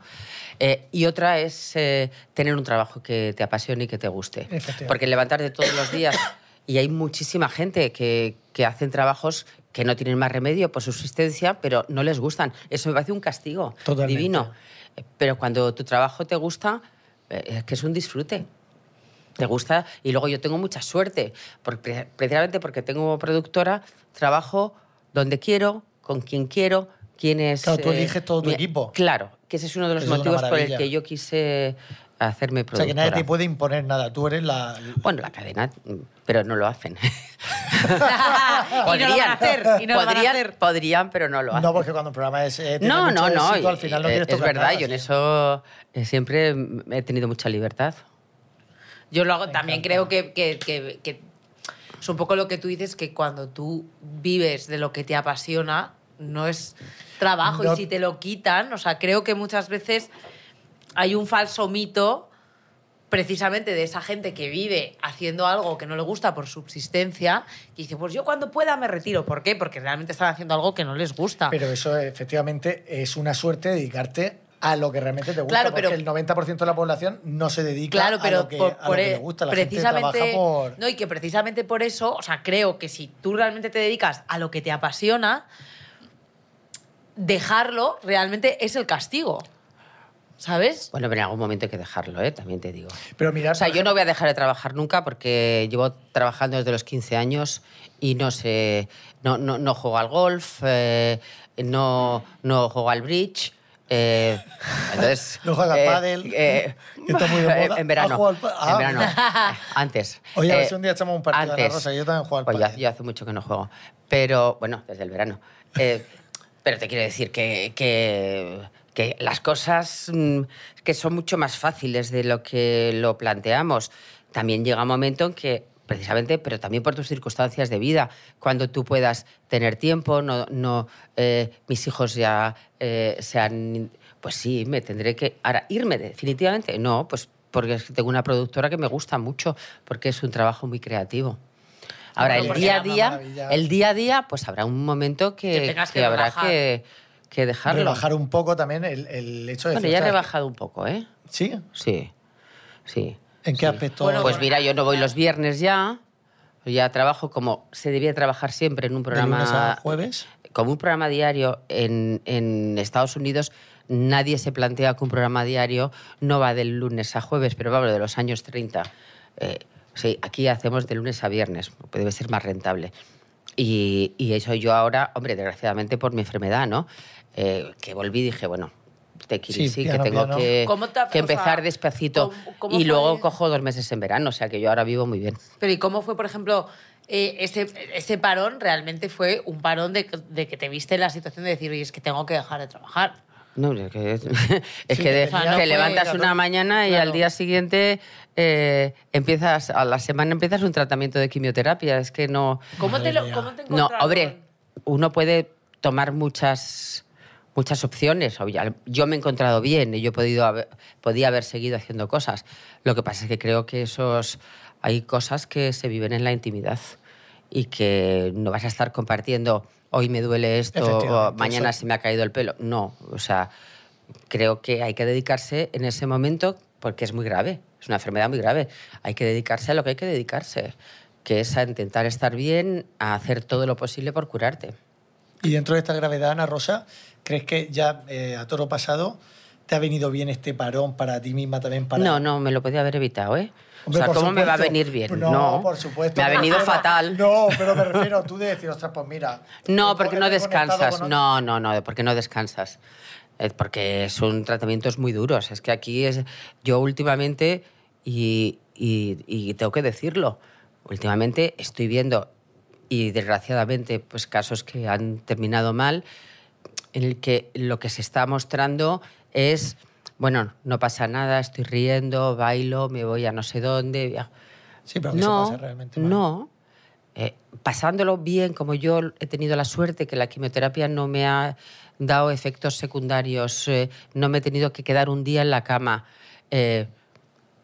[SPEAKER 4] Eh, y otra es eh, tener un trabajo que te apasione y que te guste,
[SPEAKER 2] Efectivamente.
[SPEAKER 4] porque levantarte todos los días y hay muchísima gente que, que hacen trabajos que no tienen más remedio por subsistencia, pero no les gustan. Eso me parece un castigo
[SPEAKER 2] Totalmente.
[SPEAKER 4] divino. Pero cuando tu trabajo te gusta, eh, es que es un disfrute. Te gusta. Y luego yo tengo mucha suerte, porque, precisamente porque tengo productora, trabajo donde quiero, con quien quiero, quién es. eh,
[SPEAKER 2] Claro, tú eliges todo tu equipo.
[SPEAKER 4] Claro, que ese es uno de los
[SPEAKER 2] Eso es una
[SPEAKER 4] motivos por el
[SPEAKER 2] maravilla.
[SPEAKER 4] que yo quise hacerme
[SPEAKER 2] O
[SPEAKER 4] productora.
[SPEAKER 2] sea, que nadie te puede imponer nada. Tú eres la.
[SPEAKER 4] Bueno, la cadena, pero no lo hacen.
[SPEAKER 2] Ah,
[SPEAKER 5] y no lo van a hacer. Y no lo van a
[SPEAKER 4] podrían,
[SPEAKER 5] hacer.
[SPEAKER 4] podrían, pero no lo hacen.
[SPEAKER 2] No, porque cuando un programa es. eh, tiene
[SPEAKER 4] No,
[SPEAKER 2] mucho
[SPEAKER 4] no, no.
[SPEAKER 2] éxito,
[SPEAKER 4] y-
[SPEAKER 2] al final no
[SPEAKER 4] eh,
[SPEAKER 2] quieres
[SPEAKER 4] es
[SPEAKER 2] tocar
[SPEAKER 4] verdad,
[SPEAKER 2] nada,
[SPEAKER 4] yo en
[SPEAKER 2] sí.
[SPEAKER 4] eso eh, siempre mm, he tenido mucha libertad.
[SPEAKER 5] Yo lo hago
[SPEAKER 3] Luego también creo que, que- que- que es un poco lo que tú dices, que cuando tú vives de lo que te apasiona, no es trabajo
[SPEAKER 2] No-
[SPEAKER 3] y si te lo quitan, o sea, creo que muchas veces hay un falso mito precisamente de esa gente que vive haciendo algo que no le gusta por subsistencia, que dice, pues yo cuando pueda me retiro. ¿Por qué? Porque realmente están haciendo algo que no les gusta.
[SPEAKER 2] Pero eso efectivamente es una suerte dedicarte a lo que realmente te gusta.
[SPEAKER 3] Claro,
[SPEAKER 2] porque
[SPEAKER 3] pero-
[SPEAKER 2] el 90% de la población no se dedica
[SPEAKER 3] Claro, pero
[SPEAKER 2] a lo que,
[SPEAKER 3] por,
[SPEAKER 2] a lo
[SPEAKER 3] por- e
[SPEAKER 2] que le gusta. La
[SPEAKER 3] precisamente,
[SPEAKER 2] gente trabaja por.
[SPEAKER 3] No, y que precisamente por eso, o sea, creo que si tú realmente te dedicas a lo que te apasiona, dejarlo realmente es el castigo.
[SPEAKER 5] ¿Sabes?
[SPEAKER 4] Bueno, pero en algún momento hay que dejarlo, ¿eh? también te digo.
[SPEAKER 2] Pero mira,
[SPEAKER 4] O sea, yo no voy a dejar de trabajar nunca porque llevo trabajando desde los 15 años y no sé, no, no, no juego al golf, eh, no, no juego al bridge. eh, entonces,
[SPEAKER 2] No juega al pádel, que está muy de
[SPEAKER 4] en-
[SPEAKER 2] moda.
[SPEAKER 4] En
[SPEAKER 2] Ah,
[SPEAKER 4] verano.
[SPEAKER 2] juega al pa- ah.
[SPEAKER 4] En verano. Antes.
[SPEAKER 2] Oye, a ver
[SPEAKER 4] Eh,
[SPEAKER 2] si un día echamos un partido a la
[SPEAKER 4] antes.
[SPEAKER 2] Rosa, yo también juego al
[SPEAKER 4] Pues yo-
[SPEAKER 2] pádel.
[SPEAKER 4] Yo, hace mucho que no juego. Pero, bueno, desde el verano. Eh, pero te quiero decir que, que, que las cosas mm, que son mucho más fáciles de lo que lo planteamos. También llega un momento en que, precisamente, pero también por tus circunstancias de vida, cuando tú puedas tener tiempo, no, no eh, mis hijos ya eh, se han... Pues sí, me tendré que... Ahora, irme definitivamente. No, pues porque es que tengo una productora que me gusta mucho, porque es un trabajo muy creativo. Ahora,
[SPEAKER 2] Bueno,
[SPEAKER 4] el
[SPEAKER 2] porque
[SPEAKER 4] día a
[SPEAKER 2] era una
[SPEAKER 4] día,
[SPEAKER 2] maravilla.
[SPEAKER 4] el día a día, pues habrá un momento que,
[SPEAKER 3] Que tengas
[SPEAKER 4] que
[SPEAKER 3] que
[SPEAKER 4] habrá
[SPEAKER 3] rebajar.
[SPEAKER 4] que, que dejarlo.
[SPEAKER 2] Rebajar un poco también el, el hecho de...
[SPEAKER 4] bueno,
[SPEAKER 2] decir,
[SPEAKER 4] ya he
[SPEAKER 2] "Ostras,
[SPEAKER 4] rebajado un poco, ¿eh?
[SPEAKER 2] ¿Sí?
[SPEAKER 4] Sí, sí.
[SPEAKER 2] ¿En qué aspecto?
[SPEAKER 3] Bueno,
[SPEAKER 4] pues
[SPEAKER 3] bueno,
[SPEAKER 4] mira, yo no voy los viernes ya. Ya trabajo como se debía trabajar siempre en un
[SPEAKER 2] ¿De lunes a
[SPEAKER 4] programa
[SPEAKER 2] jueves?
[SPEAKER 4] como un programa diario en, en Estados Unidos, nadie se plantea que un programa diario no va del lunes a jueves, pero vamos, de los años 30. Eh, sí, aquí hacemos de lunes a viernes, debe ser más rentable. Y, y eso yo ahora, hombre, desgraciadamente por mi enfermedad, ¿no? Eh, que volví y dije, bueno, te
[SPEAKER 2] Sí,
[SPEAKER 4] quiero sí, que
[SPEAKER 2] piano,
[SPEAKER 4] tengo
[SPEAKER 2] piano.
[SPEAKER 4] que,
[SPEAKER 3] ¿Cómo te-
[SPEAKER 4] que
[SPEAKER 3] o sea,
[SPEAKER 4] empezar despacito.
[SPEAKER 3] ¿cómo- cómo
[SPEAKER 4] y luego
[SPEAKER 3] fue?
[SPEAKER 4] cojo dos meses en verano, o sea que yo ahora vivo muy bien.
[SPEAKER 3] Pero ¿y cómo fue, por ejemplo, eh, ese, ese parón? Realmente fue un parón de, que- de que te viste en la situación de decir, oye, es que tengo que dejar de trabajar.
[SPEAKER 4] No, es que, es que
[SPEAKER 2] que
[SPEAKER 4] de-
[SPEAKER 2] tenía-
[SPEAKER 4] te
[SPEAKER 2] no fue
[SPEAKER 4] levantas
[SPEAKER 2] gato-
[SPEAKER 4] una mañana y
[SPEAKER 2] claro.
[SPEAKER 4] al día siguiente eh, empiezas, a la semana empiezas un tratamiento de quimioterapia. Es que no.
[SPEAKER 3] ¿Cómo, te, lo, ¿cómo te
[SPEAKER 4] No,
[SPEAKER 3] encontraron?
[SPEAKER 4] hombre, uno puede tomar muchas muchas opciones. Obvia- Yo me he encontrado bien y yo he podido haber- podía haber seguido haciendo cosas. Lo que pasa es que creo que esos hay cosas que se viven en la intimidad y que no vas a estar compartiendo hoy me duele esto o
[SPEAKER 2] Efectivamente,
[SPEAKER 4] mañana
[SPEAKER 2] eso-
[SPEAKER 4] se me ha caído el pelo. No, o sea, creo que hay que dedicarse en ese momento porque es muy grave, es una enfermedad muy grave. Hay que dedicarse a lo que hay que dedicarse, que es a intentar estar bien, a hacer todo lo posible por curarte.
[SPEAKER 2] Y dentro de esta gravedad, Ana Rosa, ¿crees que ya eh, a toro pasado te ha venido bien este parón para ti misma también? Para...
[SPEAKER 4] No, no, me lo podía haber evitado, ¿eh?
[SPEAKER 2] Hombre,
[SPEAKER 4] o sea,
[SPEAKER 2] por
[SPEAKER 4] ¿cómo me va a
[SPEAKER 2] supuesto.
[SPEAKER 4] venir bien?
[SPEAKER 2] No, por supuesto.
[SPEAKER 4] Me ha
[SPEAKER 2] me
[SPEAKER 4] venido
[SPEAKER 2] refiero-
[SPEAKER 4] fatal. No,
[SPEAKER 2] No, pero me refiero tú de decir, ostras, pues mira. estoy
[SPEAKER 4] porque no
[SPEAKER 2] conectado
[SPEAKER 4] descansas.
[SPEAKER 2] con otro-
[SPEAKER 4] No, no, no, porque no descansas. Eh, Porque son tratamientos muy duros. Es que aquí es. Yo últimamente, y, y- y tengo que decirlo, últimamente estoy viendo, y desgraciadamente, pues casos que han terminado mal, en el que lo que se está mostrando es, bueno, no pasa nada, estoy riendo, bailo, me voy a no sé dónde. via-
[SPEAKER 2] Sí, pero que eso
[SPEAKER 4] No,
[SPEAKER 2] pasa realmente. mal.
[SPEAKER 4] no. Eh, pasándolo bien, como yo he tenido la suerte que la quimioterapia no me ha dado efectos secundarios, eh, no me he tenido que quedar un día en la cama. eh,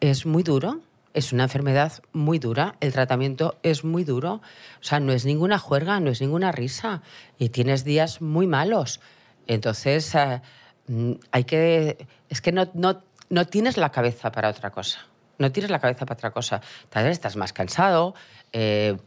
[SPEAKER 4] es muy duro, es una enfermedad muy dura, el tratamiento es muy duro. O sea, no es ninguna juerga, no es ninguna risa. Y tienes días muy malos. Entonces, ah, mm, hay que. Es que no, no, no tienes la cabeza para otra cosa. No tienes la cabeza para otra cosa. Tal vez estás más cansado. eh,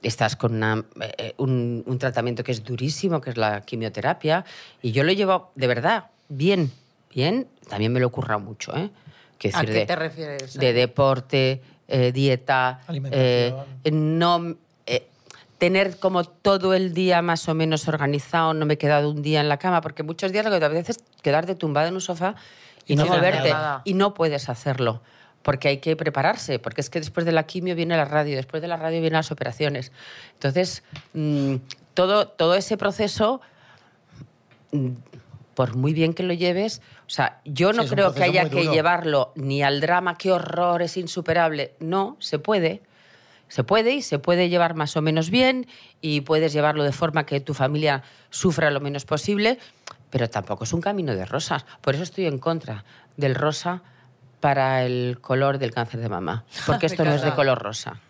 [SPEAKER 4] Estás con una- eh, eh, un, un tratamiento que es durísimo, que es la quimioterapia, y yo lo llevo, de verdad, bien, bien. También me lo ocurra mucho, ¿eh? Quiero
[SPEAKER 3] ¿A
[SPEAKER 4] decir,
[SPEAKER 3] qué
[SPEAKER 4] de-
[SPEAKER 3] te refieres?
[SPEAKER 4] de deporte, eh, dieta,
[SPEAKER 2] Alimentación.
[SPEAKER 4] eh, no eh, tener como todo el día más o menos organizado, no me he quedado un día en la cama, porque muchos días lo que te apetece es quedarte tumbado en un sofá y,
[SPEAKER 2] Y no
[SPEAKER 4] no,
[SPEAKER 2] hacer
[SPEAKER 4] moverte.
[SPEAKER 3] nada.
[SPEAKER 4] Y no puedes hacerlo, porque hay que prepararse, porque es que después de la quimio viene la radio, después de la radio vienen las operaciones. Entonces, mm, todo, todo ese proceso por muy bien que lo lleves, o sea, yo
[SPEAKER 2] Sí,
[SPEAKER 4] no
[SPEAKER 2] es un
[SPEAKER 4] creo que
[SPEAKER 2] proceso
[SPEAKER 4] haya
[SPEAKER 2] muy
[SPEAKER 4] que
[SPEAKER 2] duro.
[SPEAKER 4] llevarlo ni al drama, qué horror, es insuperable. No, se puede. Se puede y se puede llevar más o menos bien y puedes llevarlo de forma que tu familia sufra lo menos posible, pero tampoco es un camino de rosas. Por eso estoy en contra del rosa para el color del cáncer de mama,
[SPEAKER 3] Me
[SPEAKER 4] porque esto no es de
[SPEAKER 3] encanta.
[SPEAKER 4] color rosa.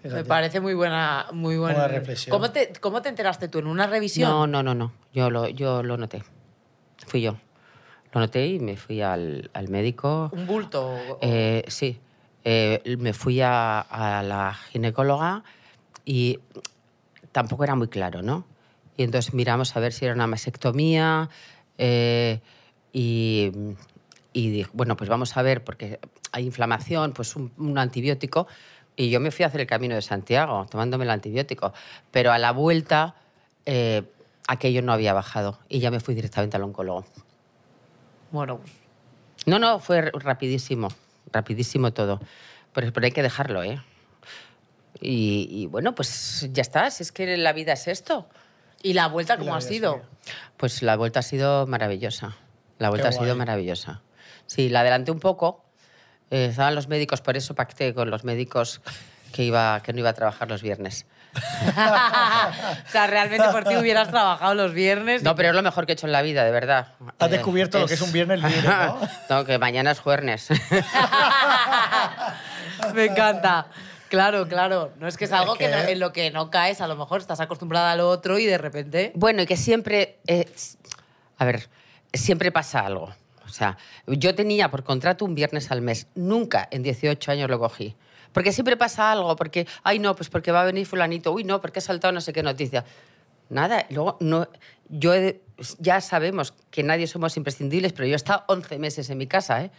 [SPEAKER 2] Fíjate.
[SPEAKER 3] Me parece muy buena, muy buena
[SPEAKER 2] Buena reflexión.
[SPEAKER 3] ¿Cómo te, ¿Cómo te enteraste tú? ¿En una revisión?
[SPEAKER 4] No, no, no, no. Yo lo, yo lo noté. Fui yo. Lo noté y me fui al, al médico.
[SPEAKER 3] ¿Un bulto? o-
[SPEAKER 4] Eh, sí. Eh, me fui a, a la ginecóloga y tampoco era muy claro, ¿no? Y entonces miramos a ver si era una masectomía eh, y, y y dijo, bueno, pues vamos a ver, porque hay inflamación, pues un, un antibiótico. Y yo me fui a hacer el camino de Santiago, tomándome el antibiótico. Pero a la vuelta, eh, aquello no había bajado y ya me fui directamente al oncólogo.
[SPEAKER 3] Bueno, pues,
[SPEAKER 4] No, no, fue r- rapidísimo, rapidísimo todo. Pero, pero hay que dejarlo, ¿eh? Y, y bueno, pues ya está, si es que la vida es esto.
[SPEAKER 3] ¿Y la vuelta cómo
[SPEAKER 2] La
[SPEAKER 3] ha
[SPEAKER 2] vida
[SPEAKER 3] sido?
[SPEAKER 2] sería.
[SPEAKER 4] Pues la vuelta ha sido maravillosa. La vuelta
[SPEAKER 2] Qué
[SPEAKER 4] ha sido
[SPEAKER 2] guay.
[SPEAKER 4] maravillosa. Sí, la adelanté un poco. Eh, estaban los médicos, por eso pacté con los médicos que, iba, que no iba a trabajar los viernes.
[SPEAKER 5] o sea, realmente por ti hubieras trabajado los viernes.
[SPEAKER 4] No, pero es lo mejor que he hecho en la vida, de verdad. Eh,
[SPEAKER 2] Has descubierto lo que es un viernes libre, ¿no?
[SPEAKER 4] no, que mañana es jueves.
[SPEAKER 5] Me encanta.
[SPEAKER 3] Claro, claro. No es que es algo que,
[SPEAKER 2] que-
[SPEAKER 3] no- en lo que no caes, a lo mejor estás acostumbrada a lo otro y de repente.
[SPEAKER 4] Bueno, y que siempre. eh, a ver, siempre pasa algo. O sea, yo tenía por contrato un viernes al mes. Nunca en 18 años lo cogí. Porque siempre pasa algo, porque, ay no, pues porque va a venir fulanito, uy no, porque ha saltado no sé qué noticia. Nada, luego no, yo he- ya sabemos que nadie somos imprescindibles, pero yo he estado 11 meses en mi casa, ¿eh?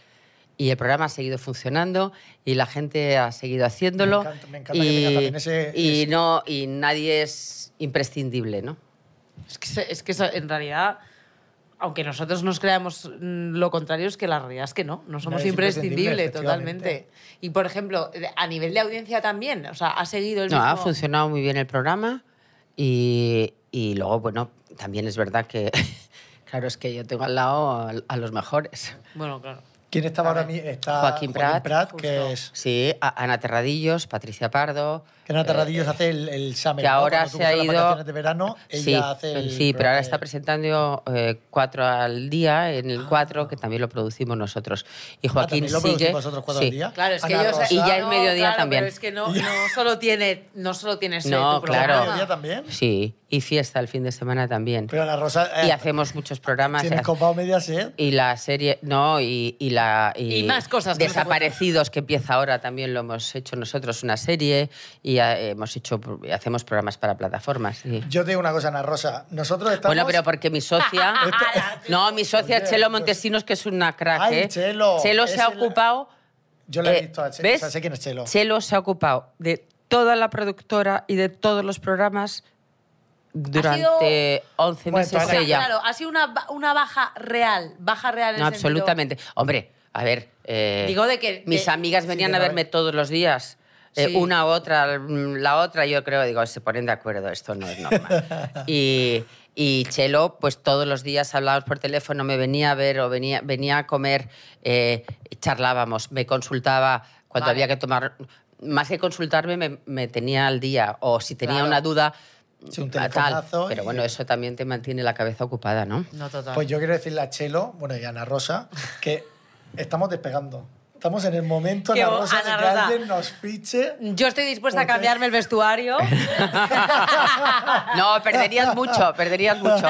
[SPEAKER 4] Y el programa ha seguido funcionando y la gente ha seguido haciéndolo.
[SPEAKER 2] Me encanta- me encanta que tenga también ese-
[SPEAKER 4] y
[SPEAKER 2] ese-
[SPEAKER 4] no, y nadie es imprescindible, ¿no?
[SPEAKER 5] Es que, se- es que se- en realidad, aunque nosotros nos creamos mm, lo contrario, es que la realidad es que no, no somos
[SPEAKER 2] es imprescindible,
[SPEAKER 5] imprescindibles
[SPEAKER 2] efectivamente.
[SPEAKER 5] totalmente.
[SPEAKER 3] Y por ejemplo, a nivel de audiencia también, o sea, ha seguido el
[SPEAKER 4] No, ha
[SPEAKER 3] mismo-
[SPEAKER 4] funcionado muy bien el programa y, y luego, bueno, también es verdad que, claro, es que yo tengo al lado a, a los mejores.
[SPEAKER 3] Bueno, claro.
[SPEAKER 2] ¿Quién estaba ahora mismo? Está
[SPEAKER 4] Joaquín Prat,
[SPEAKER 2] que es.
[SPEAKER 4] Sí, a- Ana Terradillos, Patricia Pardo.
[SPEAKER 2] Que Nata Radillos hace el, el summer,
[SPEAKER 4] Eh, que
[SPEAKER 2] ¿no?
[SPEAKER 4] ahora
[SPEAKER 2] Cuando tú
[SPEAKER 4] se ha
[SPEAKER 2] coges las
[SPEAKER 4] ido-
[SPEAKER 2] vacaciones de verano, ella
[SPEAKER 4] sí,
[SPEAKER 2] hace el
[SPEAKER 4] sí, pero ahora
[SPEAKER 2] programa
[SPEAKER 4] está
[SPEAKER 2] de-
[SPEAKER 4] presentando eh, cuatro al día en el cuatro, que también lo producimos nosotros. Y
[SPEAKER 2] Ah,
[SPEAKER 4] Joaquín
[SPEAKER 2] ¿también lo producís
[SPEAKER 4] sigue.
[SPEAKER 2] vosotros cuatro
[SPEAKER 4] sí.
[SPEAKER 2] al día?
[SPEAKER 3] Claro, es que
[SPEAKER 2] Ana
[SPEAKER 3] ellos-
[SPEAKER 2] Rosa,
[SPEAKER 4] Y ya el mediodía
[SPEAKER 5] claro,
[SPEAKER 4] también.
[SPEAKER 5] Pero es que no, no solo tiene, no solo tienes eh,
[SPEAKER 4] No,
[SPEAKER 5] tu
[SPEAKER 4] claro.
[SPEAKER 5] programa.
[SPEAKER 2] mediodía también.
[SPEAKER 4] Sí, y fiesta el fin de semana también.
[SPEAKER 2] Pero Ana Rosa.
[SPEAKER 4] y
[SPEAKER 2] eh,
[SPEAKER 4] hacemos muchos programas.
[SPEAKER 2] Tienes
[SPEAKER 4] hace-
[SPEAKER 2] copado media sed.
[SPEAKER 4] Y la serie, no, y, y la...
[SPEAKER 5] Y más cosas que no se
[SPEAKER 4] Desaparecidos, que empieza ahora, también lo hemos hecho nosotros, una serie, y eh, hemos hecho, hacemos programas para plataformas. y-
[SPEAKER 2] Yo te digo una cosa, Ana Rosa. Nosotros estamos. Este-
[SPEAKER 4] Bueno, pero porque mi socia... no, mi socia
[SPEAKER 2] Oye,
[SPEAKER 4] Chelo
[SPEAKER 2] pues-
[SPEAKER 4] Montesinos, que es una crack,
[SPEAKER 2] Ay,
[SPEAKER 4] ¿eh?
[SPEAKER 2] Chelo, es
[SPEAKER 4] se ha
[SPEAKER 2] el-
[SPEAKER 4] ocupado...
[SPEAKER 2] Yo la he
[SPEAKER 4] eh,
[SPEAKER 2] visto a Chelo.
[SPEAKER 4] ¿ves?
[SPEAKER 2] o sea, sé quién es Chelo.
[SPEAKER 4] Chelo se ha ocupado de toda la productora y de todos los programas durante 11
[SPEAKER 2] Bueno,
[SPEAKER 4] meses
[SPEAKER 2] para-
[SPEAKER 4] ella.
[SPEAKER 5] Claro, ha sido una, ba- una baja real, baja real en
[SPEAKER 4] No,
[SPEAKER 5] el sentido-
[SPEAKER 4] absolutamente. Hombre, a ver. eh,
[SPEAKER 5] Digo de que-
[SPEAKER 4] Mis
[SPEAKER 5] de-
[SPEAKER 4] amigas venían
[SPEAKER 2] de
[SPEAKER 4] a
[SPEAKER 2] no-
[SPEAKER 4] verme todos los días. eh,
[SPEAKER 5] Sí.
[SPEAKER 4] Una, otra, mm, la otra, yo creo, digo, se ponen de acuerdo, esto no es normal. y, y Chelo, pues todos los días hablábamos por teléfono, me venía a ver o venía, venía a comer, eh, charlábamos, me consultaba cuando
[SPEAKER 3] Vale.
[SPEAKER 4] había que tomar. Más que consultarme, me, me tenía al día. O si tenía
[SPEAKER 3] Claro.
[SPEAKER 4] una duda,
[SPEAKER 2] Sí, un
[SPEAKER 4] a tal.
[SPEAKER 2] telefonazo
[SPEAKER 4] Pero
[SPEAKER 2] y-
[SPEAKER 4] bueno, eso también te mantiene la cabeza ocupada, ¿no?
[SPEAKER 3] No, total.
[SPEAKER 2] Pues yo quiero decirle a Chelo, bueno, y a Ana Rosa, que estamos despegando. Estamos en el momento,
[SPEAKER 5] Que
[SPEAKER 2] Ana
[SPEAKER 5] o-
[SPEAKER 2] Rosa,
[SPEAKER 5] Ana
[SPEAKER 2] de que
[SPEAKER 5] Rosa.
[SPEAKER 2] alguien nos fiche.
[SPEAKER 5] Yo estoy dispuesta a
[SPEAKER 2] Porque-
[SPEAKER 5] cambiarme el vestuario.
[SPEAKER 4] No, perderías mucho, perderías mucho.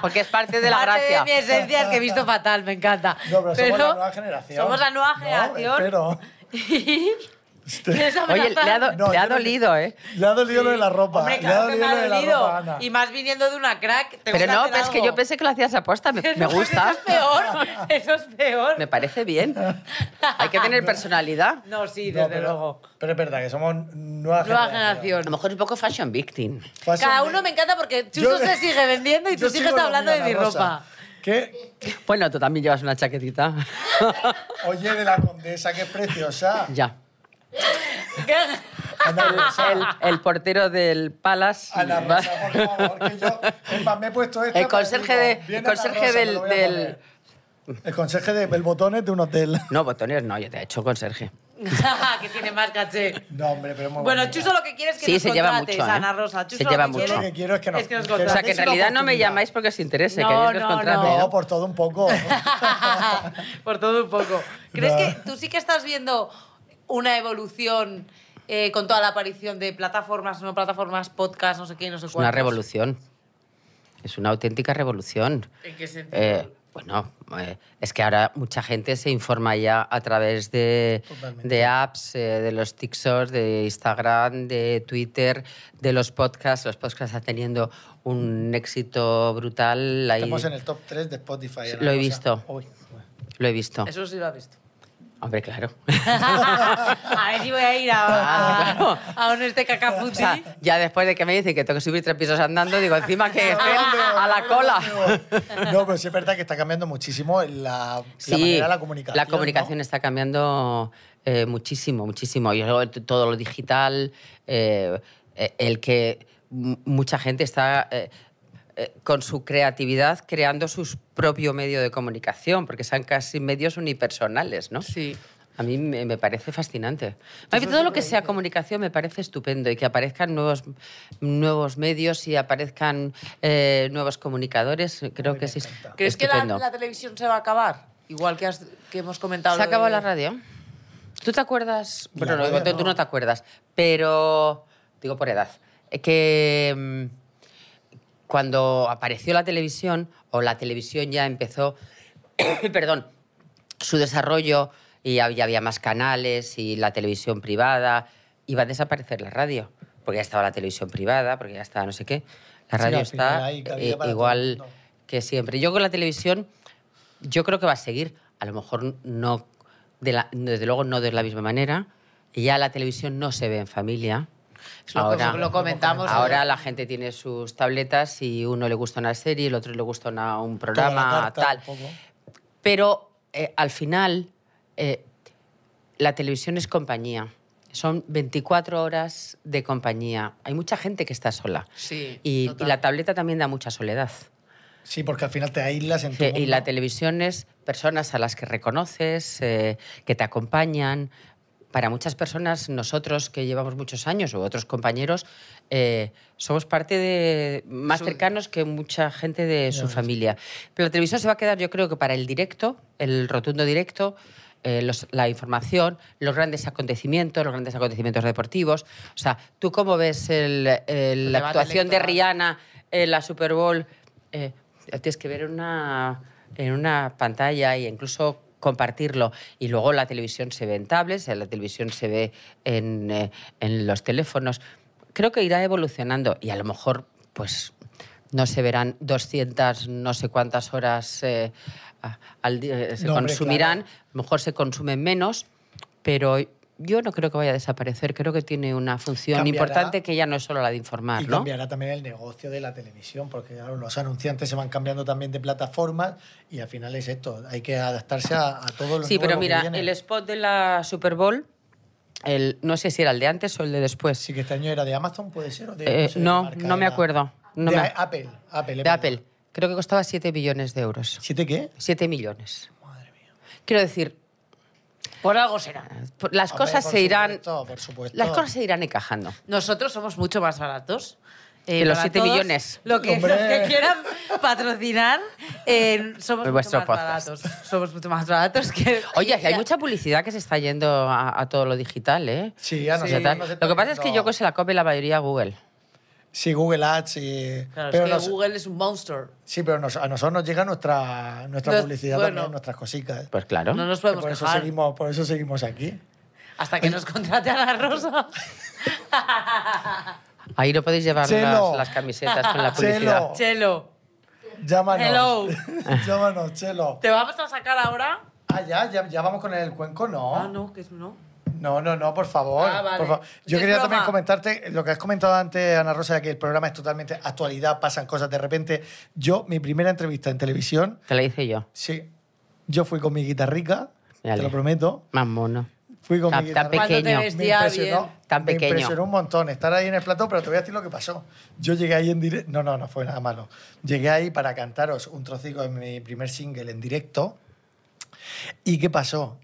[SPEAKER 4] Porque es parte de la
[SPEAKER 5] Parte
[SPEAKER 4] gracia.
[SPEAKER 5] de mi esencia es que he visto fatal, me encanta.
[SPEAKER 2] No, pero, somos la nueva generación.
[SPEAKER 5] Somos la nueva
[SPEAKER 2] No,
[SPEAKER 5] generación.
[SPEAKER 2] espero.
[SPEAKER 5] ¿Quieres
[SPEAKER 4] Oye, le ha,
[SPEAKER 5] amenazar?
[SPEAKER 4] do-
[SPEAKER 2] No,
[SPEAKER 4] le ha
[SPEAKER 2] yo no-
[SPEAKER 4] dolido, ¿eh?
[SPEAKER 2] Le ha dolido lo de la ropa.
[SPEAKER 5] Hombre,
[SPEAKER 2] le ha
[SPEAKER 5] claro que me
[SPEAKER 2] dolido lo
[SPEAKER 5] ha
[SPEAKER 2] de la
[SPEAKER 5] dolido.
[SPEAKER 2] ropa, Ana.
[SPEAKER 5] Y más viniendo de una crack. tengo
[SPEAKER 4] Pero no,
[SPEAKER 5] hacer
[SPEAKER 4] pero es que
[SPEAKER 5] algo.
[SPEAKER 4] yo pensé que lo hacías aposta. Me, me
[SPEAKER 5] No, pues
[SPEAKER 4] gusta.
[SPEAKER 5] Eso es peor. Eso es peor.
[SPEAKER 4] Me parece bien. Hay que tener personalidad.
[SPEAKER 5] No, sí,
[SPEAKER 2] No,
[SPEAKER 5] desde
[SPEAKER 2] pero-
[SPEAKER 5] luego.
[SPEAKER 2] Pero es verdad que somos nueva,
[SPEAKER 5] Nueva generación.
[SPEAKER 4] A lo mejor es un poco fashion victim.
[SPEAKER 2] Fashion
[SPEAKER 5] Cada
[SPEAKER 2] de-
[SPEAKER 5] uno me encanta porque Chuso
[SPEAKER 2] Yo-
[SPEAKER 5] se sigue vendiendo y
[SPEAKER 2] Yo
[SPEAKER 5] tú sigues
[SPEAKER 2] sigo lo
[SPEAKER 5] hablando
[SPEAKER 2] mío,
[SPEAKER 5] de mi
[SPEAKER 2] Ana Rosa.
[SPEAKER 5] ropa.
[SPEAKER 2] Que,
[SPEAKER 4] Bueno, tú también llevas una chaquetita.
[SPEAKER 2] oye, de la condesa, que es preciosa.
[SPEAKER 4] ya.
[SPEAKER 2] Ana Rosa.
[SPEAKER 4] El, el portero del Palace.
[SPEAKER 2] Ana Rosa, por favor, que yo... Es más, me he puesto esta...
[SPEAKER 4] El
[SPEAKER 2] para
[SPEAKER 4] conserje
[SPEAKER 2] decir,
[SPEAKER 4] de-
[SPEAKER 2] no, viene
[SPEAKER 4] el conserje
[SPEAKER 2] Ana Rosa, me
[SPEAKER 4] del-
[SPEAKER 2] lo voy a
[SPEAKER 4] del-
[SPEAKER 2] poner. El conserje del el botones de un hotel.
[SPEAKER 4] No, botones no, yo te he hecho con Sergio.
[SPEAKER 5] que tiene más caché.
[SPEAKER 2] No, hombre, pero es muy
[SPEAKER 5] Bueno,
[SPEAKER 2] bonita.
[SPEAKER 5] Chuso lo que quiere es que
[SPEAKER 4] Sí,
[SPEAKER 5] nos
[SPEAKER 4] se lleva
[SPEAKER 5] contrates,
[SPEAKER 4] mucho, ¿eh?
[SPEAKER 5] Ana Rosa. Chuso
[SPEAKER 4] Se
[SPEAKER 5] lo
[SPEAKER 4] lleva
[SPEAKER 5] que
[SPEAKER 4] mucho.
[SPEAKER 5] quiere
[SPEAKER 2] Lo que quiero es que nos-
[SPEAKER 5] nos
[SPEAKER 2] que-
[SPEAKER 4] O sea, que
[SPEAKER 5] contrates.
[SPEAKER 4] en
[SPEAKER 2] una
[SPEAKER 4] realidad no me
[SPEAKER 2] oportunidad.
[SPEAKER 4] llamáis porque os interese.
[SPEAKER 5] No,
[SPEAKER 4] queréis los
[SPEAKER 5] no, no.
[SPEAKER 4] contratos.
[SPEAKER 2] No, por todo un poco.
[SPEAKER 5] Por todo un poco. ¿Crees
[SPEAKER 2] No.
[SPEAKER 5] que tú sí que estás viendo una evolución eh, con toda la aparición de plataformas, no plataformas, podcast, no sé qué, no sé
[SPEAKER 4] Es una
[SPEAKER 5] cuántos?
[SPEAKER 4] revolución. Es una auténtica revolución.
[SPEAKER 5] ¿En qué sentido?
[SPEAKER 4] Eh, bueno, eh, es que ahora mucha gente se informa ya a través de,
[SPEAKER 2] Totalmente.
[SPEAKER 4] de apps, eh, de los TikToks, de Instagram, de Twitter, de los podcasts. Los podcasts están teniendo un éxito brutal. Ahí-
[SPEAKER 2] Estamos en el top 3 de Spotify. Ana
[SPEAKER 4] Lo he
[SPEAKER 2] Rosa.
[SPEAKER 4] visto.
[SPEAKER 2] Uy,
[SPEAKER 4] Lo he visto.
[SPEAKER 3] Eso sí lo has visto.
[SPEAKER 4] Hombre, claro.
[SPEAKER 5] a ver si voy a ir a, a, a un este
[SPEAKER 4] O
[SPEAKER 5] cacafuti.
[SPEAKER 4] sea, ya después de que me dicen que tengo que subir tres pisos andando, digo, encima que estén
[SPEAKER 2] Ah,
[SPEAKER 4] a la cola.
[SPEAKER 2] No, pero sí es verdad que está cambiando muchísimo la,
[SPEAKER 4] Sí,
[SPEAKER 2] la manera de la comunicación.
[SPEAKER 4] la comunicación
[SPEAKER 2] ¿no?
[SPEAKER 4] está cambiando eh, muchísimo, muchísimo. Y luego t- todo lo digital, eh, eh, el que m- mucha gente está eh, eh, con su creatividad creando su propio medio de comunicación, porque son casi medios unipersonales, ¿no?
[SPEAKER 3] Sí.
[SPEAKER 4] A mí me, me parece fascinante. A mí todo lo que sea comunicación me parece estupendo y que aparezcan nuevos, nuevos medios y aparezcan eh, nuevos comunicadores, creo que sí.
[SPEAKER 3] ¿Crees
[SPEAKER 4] estupendo.
[SPEAKER 3] que la, la televisión se va a acabar? Igual que, has- que hemos comentado.
[SPEAKER 4] Se
[SPEAKER 3] lo
[SPEAKER 4] acabó
[SPEAKER 3] de-
[SPEAKER 4] la radio. ¿Tú te acuerdas?
[SPEAKER 2] La
[SPEAKER 4] Bueno, no,
[SPEAKER 2] radio
[SPEAKER 4] tú- tú no te acuerdas, pero digo por edad. eh, Que mm, cuando apareció la televisión, o la televisión ya empezó, perdón, su desarrollo y ya ya había más canales y la televisión privada, iba a desaparecer la radio, porque ya estaba la televisión privada, porque ya estaba no sé qué. La
[SPEAKER 2] Sí,
[SPEAKER 4] radio
[SPEAKER 2] al final
[SPEAKER 4] está
[SPEAKER 2] hay cabida para
[SPEAKER 4] eh,
[SPEAKER 2] todo el
[SPEAKER 4] igual
[SPEAKER 2] mundo.
[SPEAKER 4] que siempre. Yo con la televisión, yo creo que va a seguir. A lo mejor no, de la- desde luego no de la misma manera. Ya la televisión no se ve en familia.
[SPEAKER 3] Lo, lo comentamos.
[SPEAKER 4] Ahora la gente tiene sus tabletas y uno le gusta una serie, el otro le gusta una- un
[SPEAKER 2] Toda la
[SPEAKER 4] programa,
[SPEAKER 2] carta,
[SPEAKER 4] tal.
[SPEAKER 2] un poco.
[SPEAKER 4] Pero eh, al final, eh, la televisión es compañía. Son 24 horas de compañía. Hay mucha gente que está sola.
[SPEAKER 3] Sí,
[SPEAKER 4] Y, y
[SPEAKER 3] total.
[SPEAKER 4] la tableta también da mucha soledad.
[SPEAKER 2] Sí, porque al final te aíslas en tu
[SPEAKER 4] Eh, y
[SPEAKER 2] mundo.
[SPEAKER 4] la televisión es personas a las que reconoces, eh, que te acompañan. Para muchas personas, nosotros que llevamos muchos años u otros compañeros, eh, somos parte de más cercanos que mucha gente de su familia. Pero la televisión se va a quedar, yo creo que para el directo, el rotundo directo, eh, los- la información, los grandes acontecimientos, los grandes acontecimientos deportivos. O sea, ¿tú cómo ves el- el-
[SPEAKER 3] debate
[SPEAKER 4] la actuación de
[SPEAKER 3] electoral.
[SPEAKER 4] Rihanna? Ana, eh, la Super Bowl, eh, tienes que ver en una, en una pantalla e incluso compartirlo. Y luego la televisión se ve en tablets, eh, la televisión se ve en, eh, en los teléfonos. Creo que irá evolucionando y a lo mejor, pues, no se verán 200, no sé cuántas horas eh, a- al día, eh, se
[SPEAKER 2] No, hombre,
[SPEAKER 4] consumirán, a lo mejor se consumen menos, pero. Yo no creo que vaya a desaparecer, creo que tiene una función
[SPEAKER 2] Cambiará.
[SPEAKER 4] importante que ya no es solo la de informar,
[SPEAKER 2] Y
[SPEAKER 4] ¿no?
[SPEAKER 2] cambiará también el negocio de la televisión, porque claro, los anunciantes se van cambiando también de plataformas y al final es esto, hay que adaptarse a, a todo lo
[SPEAKER 4] Sí, pero
[SPEAKER 2] nuevo que
[SPEAKER 4] mira,
[SPEAKER 2] viene.
[SPEAKER 4] el spot de la Super Bowl, el, no sé si era el de antes o el de después.
[SPEAKER 2] Sí, que este año era de Amazon, ¿puede ser? o de-
[SPEAKER 4] Eh,
[SPEAKER 2] sé de
[SPEAKER 4] no,
[SPEAKER 2] qué marca
[SPEAKER 4] no me
[SPEAKER 2] era.
[SPEAKER 4] acuerdo. No
[SPEAKER 2] de
[SPEAKER 4] me-
[SPEAKER 2] a- Apple, Apple. es
[SPEAKER 4] de
[SPEAKER 2] verdad.
[SPEAKER 4] Apple. Creo que costaba 7 billones de euros.
[SPEAKER 2] ¿Siete qué?
[SPEAKER 4] 7 millones. Quiero decir,
[SPEAKER 3] Por algo será.
[SPEAKER 4] por- las
[SPEAKER 2] Hombre,
[SPEAKER 4] cosas
[SPEAKER 2] por
[SPEAKER 4] se irán.
[SPEAKER 2] supuesto, por supuesto.
[SPEAKER 4] Las cosas se irán encajando.
[SPEAKER 5] Nosotros somos mucho más baratos. Eh,
[SPEAKER 4] Que los
[SPEAKER 5] para
[SPEAKER 4] siete
[SPEAKER 5] todos,
[SPEAKER 4] millones.
[SPEAKER 5] Lo que,
[SPEAKER 2] Hombre.
[SPEAKER 5] los que quieran patrocinar, eh, somos
[SPEAKER 4] Por
[SPEAKER 5] mucho
[SPEAKER 4] vuestro
[SPEAKER 5] más
[SPEAKER 4] podcast.
[SPEAKER 5] baratos. Somos mucho más baratos que...
[SPEAKER 4] Oye, que hay mucha publicidad que se está yendo a, a todo lo digital, ¿eh?
[SPEAKER 2] Sí, a
[SPEAKER 4] O sea,
[SPEAKER 2] nosotros
[SPEAKER 4] tal.
[SPEAKER 2] nos está
[SPEAKER 4] Lo que pasa es que
[SPEAKER 2] yendo-
[SPEAKER 4] yo que se la copia la mayoría a Google.
[SPEAKER 2] Sí, Google Ads. sí.
[SPEAKER 3] Claro,
[SPEAKER 2] pero
[SPEAKER 3] es que
[SPEAKER 2] nos-
[SPEAKER 3] Google es un monster.
[SPEAKER 2] Sí, pero nos- a nosotros nos llega nuestra, nuestra
[SPEAKER 3] Nos-
[SPEAKER 2] publicidad
[SPEAKER 3] bueno.
[SPEAKER 2] también, nuestras cositas.
[SPEAKER 4] Pues claro.
[SPEAKER 3] No nos
[SPEAKER 2] Que
[SPEAKER 3] podemos
[SPEAKER 2] por, eso
[SPEAKER 3] quejar.
[SPEAKER 2] seguimos, por eso seguimos aquí.
[SPEAKER 5] Hasta que nos contrate a la Rosa.
[SPEAKER 4] Ahí no podéis llevar
[SPEAKER 2] Chelo.
[SPEAKER 4] las, las camisetas con la publicidad.
[SPEAKER 2] Chelo,
[SPEAKER 5] Chelo,
[SPEAKER 2] llámanos.
[SPEAKER 5] Hello.
[SPEAKER 2] llámanos, Chelo.
[SPEAKER 5] ¿te vamos a sacar ahora?
[SPEAKER 2] Ah, ya, ya, ya vamos con el cuenco, no.
[SPEAKER 5] Ah, no, que es no.
[SPEAKER 2] No, no, no, por favor.
[SPEAKER 5] Ah, vale.
[SPEAKER 2] por favor. Yo
[SPEAKER 5] Es
[SPEAKER 2] quería
[SPEAKER 5] broma.
[SPEAKER 2] también comentarte lo que has comentado antes, Ana Rosa, de que el programa es totalmente actualidad, pasan cosas de repente. Yo, mi primera entrevista en televisión,
[SPEAKER 4] Te la hice yo.
[SPEAKER 2] sí, yo fui con mi guitarrica,
[SPEAKER 4] Dale.
[SPEAKER 2] te lo prometo.
[SPEAKER 4] Más mono.
[SPEAKER 2] Fui con
[SPEAKER 4] Tan-
[SPEAKER 2] mi
[SPEAKER 4] tan
[SPEAKER 2] guitarra.
[SPEAKER 4] pequeño. Cuando te
[SPEAKER 5] vestía
[SPEAKER 2] me impresionó,
[SPEAKER 5] bien.
[SPEAKER 4] Tan
[SPEAKER 2] me
[SPEAKER 4] pequeño.
[SPEAKER 2] impresionó un montón estar ahí en el plató, pero te voy a decir lo que pasó. Yo llegué ahí en directo. No, no, no fue nada malo. Llegué ahí para cantaros un trocico de mi primer single en directo. ¿Y qué pasó?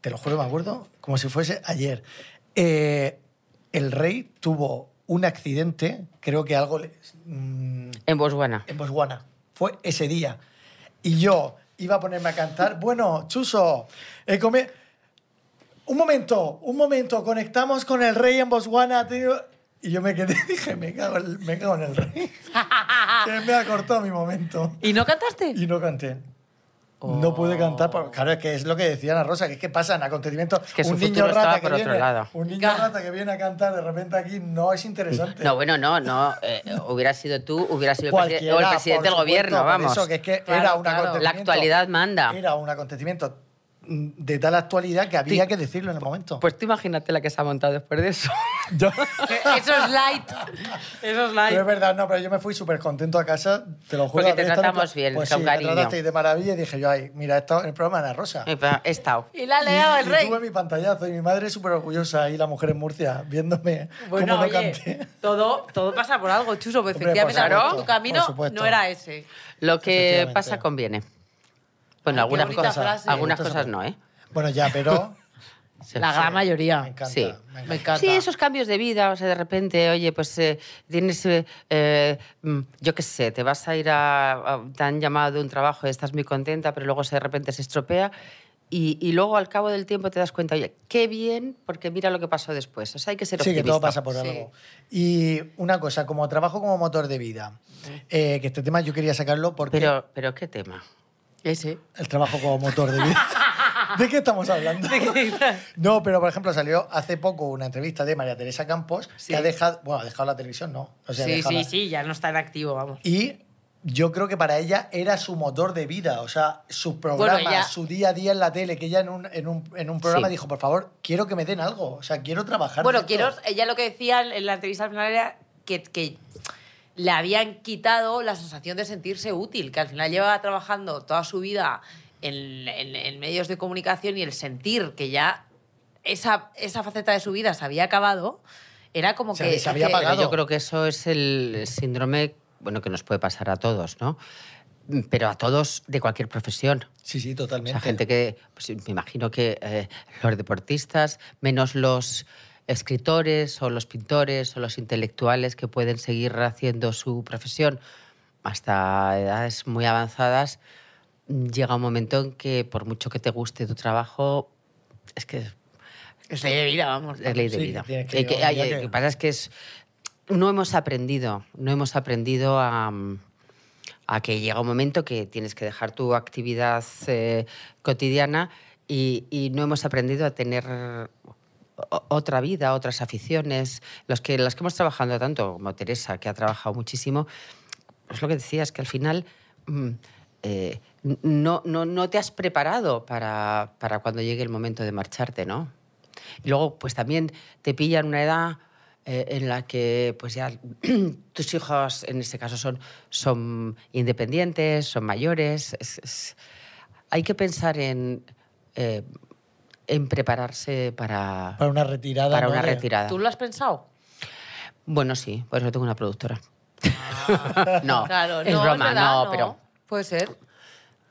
[SPEAKER 2] Te lo juro, me acuerdo, como si fuese ayer. Eh, el rey tuvo un accidente, creo que algo. le- mm,
[SPEAKER 4] En Botswana.
[SPEAKER 2] en Botswana. Fue ese día. Y yo iba a ponerme a cantar, bueno, Chuso, he comido... Un momento, un momento, conectamos con el rey en Botswana. ha tenido-". Y yo me quedé y dije, me cago, en- me cago en el rey. que me ha cortado mi momento.
[SPEAKER 5] ¿Y no cantaste?
[SPEAKER 2] Y no canté. No
[SPEAKER 4] Oh.
[SPEAKER 2] pude cantar, por- claro, es que es lo que decía Ana Rosa, que es que pasan acontecimientos.
[SPEAKER 4] Es que su
[SPEAKER 2] un niño
[SPEAKER 4] futuro estaba
[SPEAKER 2] rata que
[SPEAKER 4] por otro
[SPEAKER 2] viene,
[SPEAKER 4] lado.
[SPEAKER 2] un niño rata que viene a cantar de repente aquí no es interesante.
[SPEAKER 4] No, bueno, no, no. eh, hubiera sido tú, hubiera sido el, presi-
[SPEAKER 2] Cualquiera,
[SPEAKER 4] o el presidente
[SPEAKER 2] por
[SPEAKER 4] del
[SPEAKER 2] supuesto,
[SPEAKER 4] gobierno,
[SPEAKER 2] por
[SPEAKER 4] vamos.
[SPEAKER 2] Eso que es que
[SPEAKER 5] Claro,
[SPEAKER 2] era un
[SPEAKER 5] claro.
[SPEAKER 2] acontecimiento.
[SPEAKER 4] La actualidad manda.
[SPEAKER 2] Era un acontecimiento mm, de tal actualidad que había que decirlo en el momento.
[SPEAKER 4] Pues tú imagínate la que se ha montado después de eso.
[SPEAKER 2] Yo-
[SPEAKER 5] Eso es light. Eso es
[SPEAKER 2] Pero es
[SPEAKER 5] light.
[SPEAKER 2] verdad, no, pero yo me fui súper contento a casa, te lo juro.
[SPEAKER 4] Porque
[SPEAKER 2] a ver,
[SPEAKER 4] te
[SPEAKER 2] esta no-
[SPEAKER 4] tratamos bien,
[SPEAKER 2] pues
[SPEAKER 4] con
[SPEAKER 2] sí,
[SPEAKER 4] cariño.
[SPEAKER 2] Me tratasteis de maravilla y dije yo, ay, mira, esto en el programa de Ana Rosa.
[SPEAKER 4] Eh, pa- He estado.
[SPEAKER 3] Y la ha
[SPEAKER 2] Y-
[SPEAKER 3] leído el
[SPEAKER 2] y
[SPEAKER 3] rey.
[SPEAKER 2] tuve mi pantallazo y mi madre súper orgullosa y la mujer en Murcia viéndome
[SPEAKER 5] Bueno,
[SPEAKER 2] cómo no
[SPEAKER 5] oye,
[SPEAKER 2] canté.
[SPEAKER 5] todo, todo pasa por algo, Chuso. pues,
[SPEAKER 2] Hombre, por
[SPEAKER 5] Efectivamente, a lo mejor tu
[SPEAKER 2] supuesto,
[SPEAKER 5] camino
[SPEAKER 2] por supuesto.
[SPEAKER 5] no era ese.
[SPEAKER 4] Lo que
[SPEAKER 2] Efectivamente.
[SPEAKER 4] pasa conviene. Bueno,
[SPEAKER 5] qué
[SPEAKER 4] algunas
[SPEAKER 5] bonita
[SPEAKER 4] cosas,
[SPEAKER 5] frase.
[SPEAKER 4] algunas
[SPEAKER 2] Me gusta
[SPEAKER 4] cosas
[SPEAKER 2] esa
[SPEAKER 4] no, ¿eh?
[SPEAKER 2] Bueno, ya, pero
[SPEAKER 4] Se-
[SPEAKER 3] La gran
[SPEAKER 2] me
[SPEAKER 3] mayoría.
[SPEAKER 2] encanta.
[SPEAKER 4] Sí.
[SPEAKER 2] me encanta.
[SPEAKER 3] Me encanta.
[SPEAKER 4] Sí, esos cambios de vida, o sea, de repente, oye, pues eh, tienes, eh, eh, mm, yo qué sé, te vas a ir a, a- te han llamado de un trabajo y estás muy contenta, pero luego se- de repente se estropea y, y luego al cabo del tiempo te das cuenta, oye, qué bien, porque mira lo que pasó después. O sea, hay que ser
[SPEAKER 2] Sí,
[SPEAKER 4] optimista.
[SPEAKER 2] que todo pasa por
[SPEAKER 5] Sí.
[SPEAKER 2] algo. Y una cosa, como trabajo como motor de vida, eh, que este tema yo quería sacarlo porque
[SPEAKER 4] Pero, pero qué tema.
[SPEAKER 5] Ese.
[SPEAKER 2] el trabajo como motor de vida. ¿De qué estamos hablando? No, pero por ejemplo salió hace poco una entrevista de María Teresa Campos
[SPEAKER 5] Sí.
[SPEAKER 2] que ha dejado, bueno, ha dejado la televisión, no. O sea, ha
[SPEAKER 5] Sí,
[SPEAKER 2] dejado
[SPEAKER 5] sí,
[SPEAKER 2] la-
[SPEAKER 5] sí, ya no está en activo, vamos.
[SPEAKER 2] Y yo creo que para ella era su motor de vida, o sea, su programa,
[SPEAKER 5] ella-
[SPEAKER 2] su día a día en la tele, que ella en un, en un, en un programa
[SPEAKER 4] Sí.
[SPEAKER 2] dijo, por favor, quiero que me den algo, o sea, quiero trabajar.
[SPEAKER 5] Bueno,
[SPEAKER 2] de
[SPEAKER 5] quiero,
[SPEAKER 2] esto".
[SPEAKER 5] ella lo que decía en la entrevista al final era que, que le habían quitado la sensación de sentirse útil, que al final llevaba trabajando toda su vida en, en- en medios de comunicación y el sentir que ya esa, esa faceta de su vida se había acabado, era como
[SPEAKER 2] Se
[SPEAKER 5] que...
[SPEAKER 2] había- se había
[SPEAKER 5] que-
[SPEAKER 4] Pero
[SPEAKER 2] apagado.
[SPEAKER 4] yo creo que eso es el síndrome, bueno, que nos puede pasar a todos, ¿no? Mm, Pero a todos de cualquier profesión.
[SPEAKER 2] Sí, sí,
[SPEAKER 4] O
[SPEAKER 2] totalmente.
[SPEAKER 4] sea, gente que, pues, me imagino que eh, los deportistas, menos los escritores o los pintores o los intelectuales que pueden seguir haciendo su profesión hasta edades muy avanzadas, llega un momento en que por mucho que te guste tu trabajo, es que
[SPEAKER 5] Es ley de vida, vamos.
[SPEAKER 4] es ley de
[SPEAKER 2] Ah, Sí,
[SPEAKER 4] vida.
[SPEAKER 2] tienes que
[SPEAKER 4] Y Eh, que-
[SPEAKER 2] llegar a un
[SPEAKER 4] ay,
[SPEAKER 2] día
[SPEAKER 4] ay,
[SPEAKER 2] que-
[SPEAKER 4] Lo que pasa es que es- no hemos aprendido, no hemos aprendido a, mm, a que llega un momento que tienes que dejar tu actividad eh, cotidiana y, y no hemos aprendido a tener o- otra vida, otras aficiones. Los que, las que hemos trabajado tanto, como Teresa, que ha trabajado muchísimo, es lo que decías, que al final mm, eh, n- no, no, no te has preparado para, para cuando llegue el momento de marcharte, ¿no? Y luego, pues también te pillan una edad eh, en la que pues ya tus hijos, en este caso, son, son independientes, son mayores. Es- es- hay que pensar en, eh, en prepararse para,
[SPEAKER 2] Para una retirada.
[SPEAKER 4] para
[SPEAKER 2] ¿no?
[SPEAKER 4] una
[SPEAKER 2] De-
[SPEAKER 4] retirada.
[SPEAKER 5] ¿Tú lo has pensado?
[SPEAKER 4] Bueno, sí, por eso tengo una productora. no,
[SPEAKER 5] Ah, claro,
[SPEAKER 4] es
[SPEAKER 5] no,
[SPEAKER 4] broma,
[SPEAKER 5] es verdad,
[SPEAKER 4] no,
[SPEAKER 5] no.
[SPEAKER 4] pero
[SPEAKER 5] Puede ser.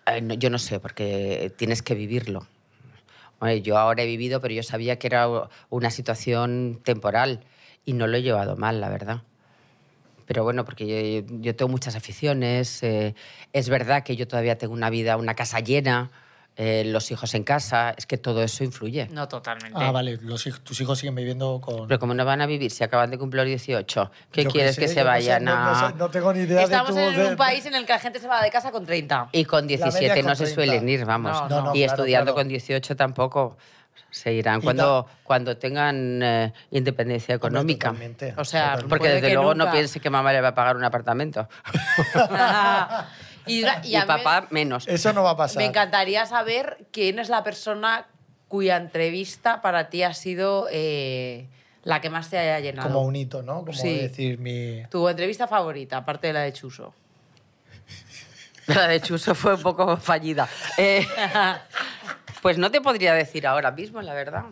[SPEAKER 4] eh, no, yo no sé, porque tienes que vivirlo. Hombre, yo ahora he vivido, pero yo sabía que era una situación temporal y no lo he llevado mal, la verdad. Pero bueno, porque yo, yo tengo muchas aficiones. eh, es verdad que yo todavía tengo una vida, una casa llena, eh, los hijos en casa. Es que todo eso influye.
[SPEAKER 5] No, totalmente.
[SPEAKER 2] Ah, vale, los hij- tus hijos siguen viviendo con...
[SPEAKER 4] Pero como no van a vivir si acaban de cumplir 18, ¿qué
[SPEAKER 2] Yo
[SPEAKER 4] quieres
[SPEAKER 2] sé,
[SPEAKER 4] que, se
[SPEAKER 2] yo no sé,
[SPEAKER 4] vayan
[SPEAKER 2] no,
[SPEAKER 4] a...?
[SPEAKER 2] No, sé, no tengo ni idea
[SPEAKER 5] Estamos
[SPEAKER 2] de tu...
[SPEAKER 5] en
[SPEAKER 2] de-
[SPEAKER 5] un país en el que la gente se va de casa con 30.
[SPEAKER 4] Y con
[SPEAKER 2] media
[SPEAKER 4] 17
[SPEAKER 2] con
[SPEAKER 4] no se
[SPEAKER 2] 30.
[SPEAKER 4] suelen ir, vamos.
[SPEAKER 5] No,
[SPEAKER 2] no, no,
[SPEAKER 4] y
[SPEAKER 2] claro,
[SPEAKER 4] estudiando
[SPEAKER 2] claro.
[SPEAKER 4] con 18 tampoco se irán
[SPEAKER 2] Y
[SPEAKER 4] cuando, cuando tengan eh, independencia
[SPEAKER 2] Hombre,
[SPEAKER 4] económica.
[SPEAKER 2] totalmente,
[SPEAKER 5] O sea,
[SPEAKER 2] totalmente.
[SPEAKER 4] Porque
[SPEAKER 5] Puede
[SPEAKER 4] desde
[SPEAKER 5] que
[SPEAKER 4] luego no
[SPEAKER 5] nunca.
[SPEAKER 4] piense que mamá le va a pagar un apartamento.
[SPEAKER 5] y,
[SPEAKER 4] Y,
[SPEAKER 5] y a mí-
[SPEAKER 4] papá menos.
[SPEAKER 2] Eso no va a pasar.
[SPEAKER 5] Me encantaría saber quién es la persona cuya entrevista para ti ha sido eh, la que más te haya llenado.
[SPEAKER 2] Como un hito, ¿no? Como
[SPEAKER 5] Sí.
[SPEAKER 2] decir mi...
[SPEAKER 5] Tu entrevista favorita, aparte de la de Chuso.
[SPEAKER 4] La de Chuso fue un poco fallida. Eh, pues no te podría decir ahora mismo, la verdad.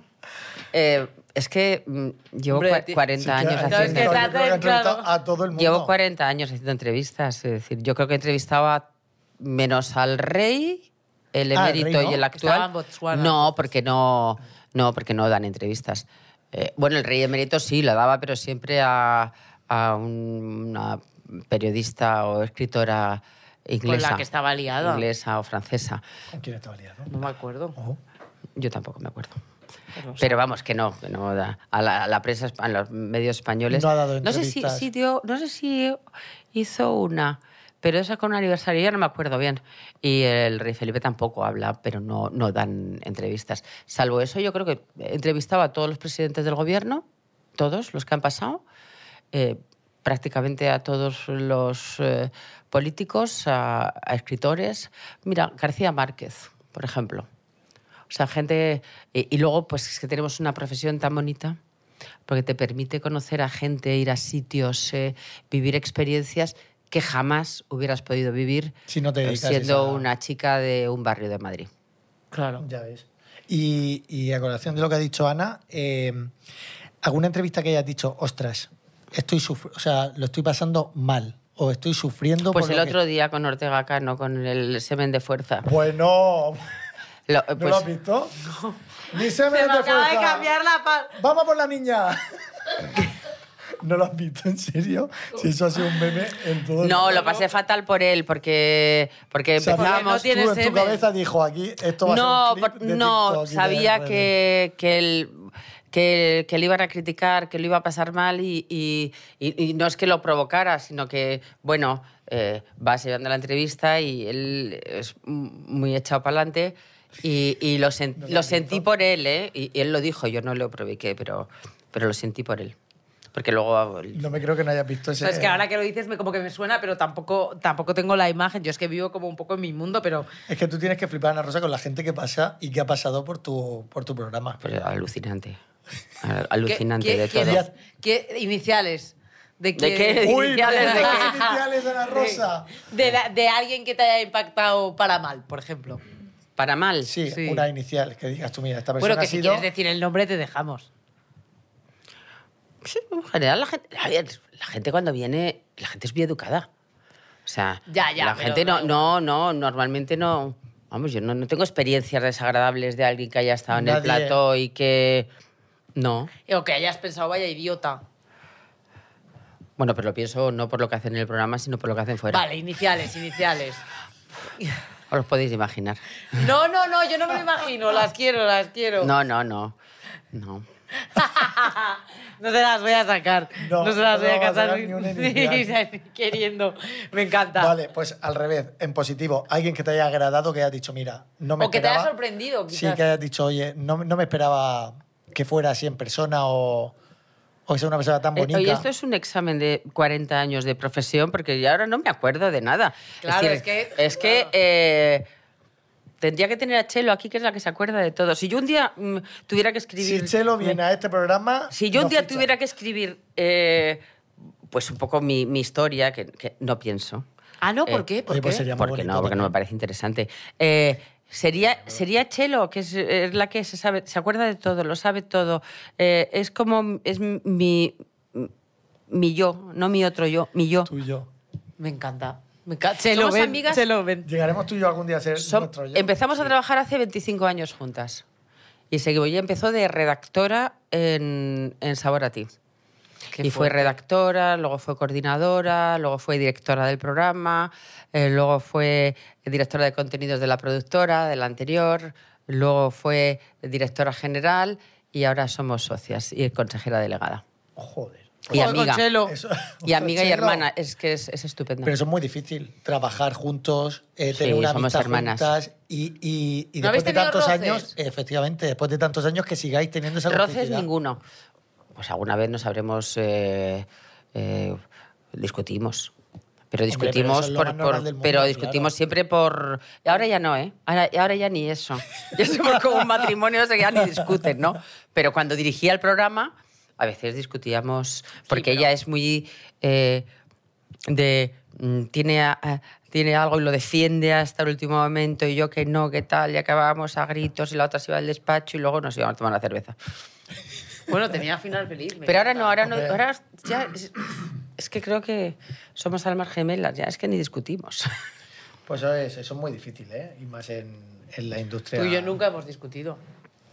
[SPEAKER 4] Eh, es que mm, llevo
[SPEAKER 5] Hombre,
[SPEAKER 4] cua-
[SPEAKER 5] ti-
[SPEAKER 4] 40
[SPEAKER 2] Sí,
[SPEAKER 4] años
[SPEAKER 2] claro,
[SPEAKER 5] Sabes
[SPEAKER 4] haciendo...
[SPEAKER 5] que
[SPEAKER 2] yo
[SPEAKER 5] te
[SPEAKER 2] creo que he
[SPEAKER 5] hacen,
[SPEAKER 2] entrevistado
[SPEAKER 5] claro.
[SPEAKER 2] a todo el mundo.
[SPEAKER 4] Llevo 40 años haciendo entrevistas, es decir, yo creo que entrevistaba menos al rey, el
[SPEAKER 2] Ah, el rey,
[SPEAKER 4] emérito
[SPEAKER 2] ¿no?
[SPEAKER 4] y el
[SPEAKER 5] Que estaba
[SPEAKER 4] actual.
[SPEAKER 5] en Botsuana.
[SPEAKER 4] No, porque no, no, porque no dan entrevistas. Eh, bueno, el rey emérito sí la daba, pero siempre a, a un- una periodista o escritora inglesa.
[SPEAKER 5] que estaba liada.
[SPEAKER 4] Inglesa o francesa.
[SPEAKER 2] ¿Con quién estaba liado?
[SPEAKER 5] No me acuerdo.
[SPEAKER 2] Ojo.
[SPEAKER 4] Yo tampoco me acuerdo.
[SPEAKER 5] Pero,
[SPEAKER 4] Pero vamos, que no, que no da. A la, a la prensa, espa- a los medios españoles.
[SPEAKER 2] No ha dado
[SPEAKER 4] No sé si,
[SPEAKER 2] entrevistas.
[SPEAKER 4] si dio- no sé si hizo una, Pero esa con un aniversario ya no me acuerdo bien. Y el rey Felipe tampoco habla, pero no, no dan entrevistas. Salvo eso, yo creo que entrevistaba a todos los presidentes del gobierno, todos los que han pasado, eh, prácticamente a todos los eh, políticos, a, a escritores. Mira, García Márquez, por ejemplo. O sea, gente... Y, y luego, pues es que tenemos una profesión tan bonita porque te permite conocer a gente, ir a sitios, eh, vivir experiencias que jamás hubieras podido vivir
[SPEAKER 2] Si no te
[SPEAKER 4] eh,
[SPEAKER 2] dedicas
[SPEAKER 4] siendo
[SPEAKER 2] a-
[SPEAKER 4] una chica de un barrio de Madrid.
[SPEAKER 3] Claro.
[SPEAKER 2] Ya ves. Y, y a colación de lo que ha dicho Ana, eh, ¿alguna entrevista que hayas dicho, ostras, estoy suf- o sea, lo estoy pasando mal o estoy sufriendo
[SPEAKER 4] Pues
[SPEAKER 2] por
[SPEAKER 4] el
[SPEAKER 2] lo que-
[SPEAKER 4] otro día con Ortega Cano, con el semen de fuerza.
[SPEAKER 2] Bueno,
[SPEAKER 4] Lo- eh,
[SPEAKER 2] ¿no
[SPEAKER 4] pues,
[SPEAKER 2] lo has visto? Ni se me
[SPEAKER 5] Se me
[SPEAKER 2] mete
[SPEAKER 5] acaba de
[SPEAKER 2] fuerza.
[SPEAKER 5] cambiar la pa-
[SPEAKER 2] ¡Vamos por la niña! ¿No lo has visto en serio? Si eso ha sido un meme en todo el
[SPEAKER 4] no,
[SPEAKER 2] mundo.
[SPEAKER 4] lo pasé fatal por él, porque, porque
[SPEAKER 2] O sea,
[SPEAKER 4] empezábamos...
[SPEAKER 2] tú en tu cabeza dijo aquí, esto va a
[SPEAKER 4] No,
[SPEAKER 2] ser un clip
[SPEAKER 4] por-
[SPEAKER 2] de
[SPEAKER 4] no
[SPEAKER 2] TikTok y de
[SPEAKER 4] sabía
[SPEAKER 2] redes.
[SPEAKER 4] que, que, él- que, que le iban a criticar, que lo iba a pasar mal y, y- y- y no es que lo provocara, sino que, bueno, eh, vas llevando la entrevista y él es m- muy echado para adelante y, y lo, sen- lo sentí por él, ¿eh? Y, y él lo dijo, yo no lo provoqué, pero, pero lo sentí por él. Porque luego...
[SPEAKER 2] No me creo que no hayas visto ese...
[SPEAKER 5] No,
[SPEAKER 3] Pues
[SPEAKER 5] es que ahora que lo dices me, como que me suena, pero tampoco, tampoco tengo la imagen. Yo es que vivo como un poco en mi mundo, pero
[SPEAKER 2] Es que tú tienes que flipar, Ana Rosa, con la gente que pasa y que ha pasado por tu, por tu programa.
[SPEAKER 4] Pues alucinante. Al-
[SPEAKER 5] ¿qué-
[SPEAKER 4] Alucinante
[SPEAKER 5] qué-
[SPEAKER 4] de
[SPEAKER 5] qué-
[SPEAKER 4] todo.
[SPEAKER 5] qué- iniciales. ¿De,
[SPEAKER 4] ¿De
[SPEAKER 5] quién?
[SPEAKER 4] qué?
[SPEAKER 2] ¡Uy,
[SPEAKER 4] Iniciales de-
[SPEAKER 2] palabras iniciales, Ana Rosa!
[SPEAKER 5] De, la- de alguien que te haya impactado para mal, por ejemplo.
[SPEAKER 4] Para mal.
[SPEAKER 2] Sí,
[SPEAKER 5] Sí.
[SPEAKER 2] una inicial, que digas tú, mira, esta
[SPEAKER 5] Bueno,
[SPEAKER 2] persona
[SPEAKER 5] que
[SPEAKER 2] Pues ha
[SPEAKER 5] si
[SPEAKER 2] sido...
[SPEAKER 5] quieres decir el nombre te dejamos.
[SPEAKER 4] Sí, en general la gente, a ver, la gente cuando viene, la gente es muy educada. O sea,
[SPEAKER 5] Ya, ya,
[SPEAKER 4] la
[SPEAKER 5] pero
[SPEAKER 4] gente no,
[SPEAKER 5] no-
[SPEAKER 4] no, no, normalmente no. Vamos, yo no, no tengo experiencias desagradables de alguien que haya estado en el
[SPEAKER 2] Nadie.
[SPEAKER 4] plató y que. No.
[SPEAKER 5] Eh, O que hayas pensado, vaya idiota.
[SPEAKER 4] Bueno, pero lo pienso no por lo que hacen en el programa, sino por lo que hacen fuera.
[SPEAKER 5] Vale, iniciales, iniciales.
[SPEAKER 4] Os los podéis imaginar.
[SPEAKER 5] No, no, no, yo no me lo imagino. Las quiero, las quiero. No,
[SPEAKER 4] No, no, no. No.
[SPEAKER 5] se las voy a sacar.
[SPEAKER 2] No,
[SPEAKER 5] No, se las
[SPEAKER 2] no
[SPEAKER 5] voy a
[SPEAKER 2] vamos a
[SPEAKER 5] casar.
[SPEAKER 2] sacar ni una inicial.
[SPEAKER 5] queriendo. Me encanta.
[SPEAKER 2] Vale, pues al revés, en positivo, alguien que te haya agradado, que hayas dicho, mira, no me
[SPEAKER 5] O que te
[SPEAKER 2] esperaba...
[SPEAKER 5] haya sorprendido,
[SPEAKER 2] Sí,
[SPEAKER 5] quizás.
[SPEAKER 2] que hayas dicho, oye, no, no me esperaba que fuera así en persona o, o que sea una persona tan
[SPEAKER 4] Eh,
[SPEAKER 2] bonita.
[SPEAKER 4] Oye, esto es un examen de 40 años de profesión, porque ya ahora no me acuerdo de nada.
[SPEAKER 5] Claro, es que-
[SPEAKER 4] es que,
[SPEAKER 5] claro.
[SPEAKER 4] eh, tendría que tener a Chelo aquí, que es la que se acuerda de todo. Si yo un día mm, tuviera que escribir.
[SPEAKER 2] Si Chelo viene a este programa...
[SPEAKER 4] Si yo un
[SPEAKER 2] nos
[SPEAKER 4] día
[SPEAKER 2] ficha.
[SPEAKER 4] tuviera que escribir, eh, pues un poco mi, mi historia, que, que no pienso.
[SPEAKER 5] Ah, no, ¿por
[SPEAKER 4] Eh,
[SPEAKER 5] qué? ¿Por
[SPEAKER 2] Oye, pues
[SPEAKER 5] qué?
[SPEAKER 2] sería muy
[SPEAKER 4] Porque
[SPEAKER 2] bonito
[SPEAKER 4] no, porque no me
[SPEAKER 2] también.
[SPEAKER 4] parece interesante. Eh, sería, sería Chelo, que es, es la que se sabe, se acuerda de todo, lo sabe todo. Eh, es como es mi, mi yo, no mi otro yo, mi yo.
[SPEAKER 2] Tú y yo.
[SPEAKER 5] Me encanta. Me encanta. Se lo
[SPEAKER 4] Somos
[SPEAKER 5] ven,
[SPEAKER 4] amigas.
[SPEAKER 5] se lo ven.
[SPEAKER 2] Llegaremos tú y yo algún día a ser
[SPEAKER 4] Som-
[SPEAKER 2] nuestro yo.
[SPEAKER 4] empezamos a trabajar hace 25 años juntas. Y seguimos. Ella empezó de redactora en, en Sabor a ti. y fue redactora, luego fue coordinadora, luego fue directora del programa, eh, luego fue directora de contenidos de la productora, de la anterior, luego fue directora general y ahora somos socias y consejera delegada.
[SPEAKER 2] Joder.
[SPEAKER 4] Y
[SPEAKER 5] Joder,
[SPEAKER 4] amiga.
[SPEAKER 5] Conchelo.
[SPEAKER 2] Eso-
[SPEAKER 4] Oh, Y amiga y
[SPEAKER 2] Chelo.
[SPEAKER 4] hermana. Es que es, es estupendo.
[SPEAKER 2] Pero eso es muy difícil, trabajar juntos, eh, tener
[SPEAKER 4] Sí,
[SPEAKER 2] una
[SPEAKER 4] somos
[SPEAKER 2] amistad
[SPEAKER 4] hermanas.
[SPEAKER 2] juntas y, y, y
[SPEAKER 5] ¿No
[SPEAKER 2] después
[SPEAKER 5] habéis
[SPEAKER 2] de
[SPEAKER 5] tenido
[SPEAKER 2] tantos
[SPEAKER 5] roces?
[SPEAKER 2] años, efectivamente, después de tantos años que sigáis teniendo esa
[SPEAKER 4] Roces
[SPEAKER 2] complicidad.
[SPEAKER 4] ninguno. Pues alguna vez nos habremos... eh, eh, discutimos.
[SPEAKER 2] Hombre, pero
[SPEAKER 4] Pero
[SPEAKER 2] eso
[SPEAKER 4] discutimos
[SPEAKER 2] es lo
[SPEAKER 4] por-
[SPEAKER 2] más
[SPEAKER 4] por-
[SPEAKER 2] normal del mundo,
[SPEAKER 4] pero discutimos
[SPEAKER 2] claro.
[SPEAKER 4] siempre por... y Ahora ya no, ¿eh? Ahora, ahora ya ni eso. Ya somos como un matrimonio, no sé, ya ni discuten, ¿no? Pero cuando dirigía el programa, a veces discutíamos, porque ella es muy... eh, de mm, tiene, a- a- tiene algo y lo defiende hasta el último momento y yo que no, que tal, y acabábamos a gritos y la otra se iba al despacho y luego nos íbamos a tomar la cerveza.
[SPEAKER 5] Bueno, tenía final feliz. me
[SPEAKER 4] Pero ahora no,
[SPEAKER 5] encanta.
[SPEAKER 4] ahora no.
[SPEAKER 2] Hombre.
[SPEAKER 4] Ahora ya es, es que creo que somos almas gemelas, ya es que ni discutimos.
[SPEAKER 2] Pues eso es, eso es muy difícil, ¿eh? Y más en, en la industria.
[SPEAKER 5] Tú y yo nunca hemos discutido.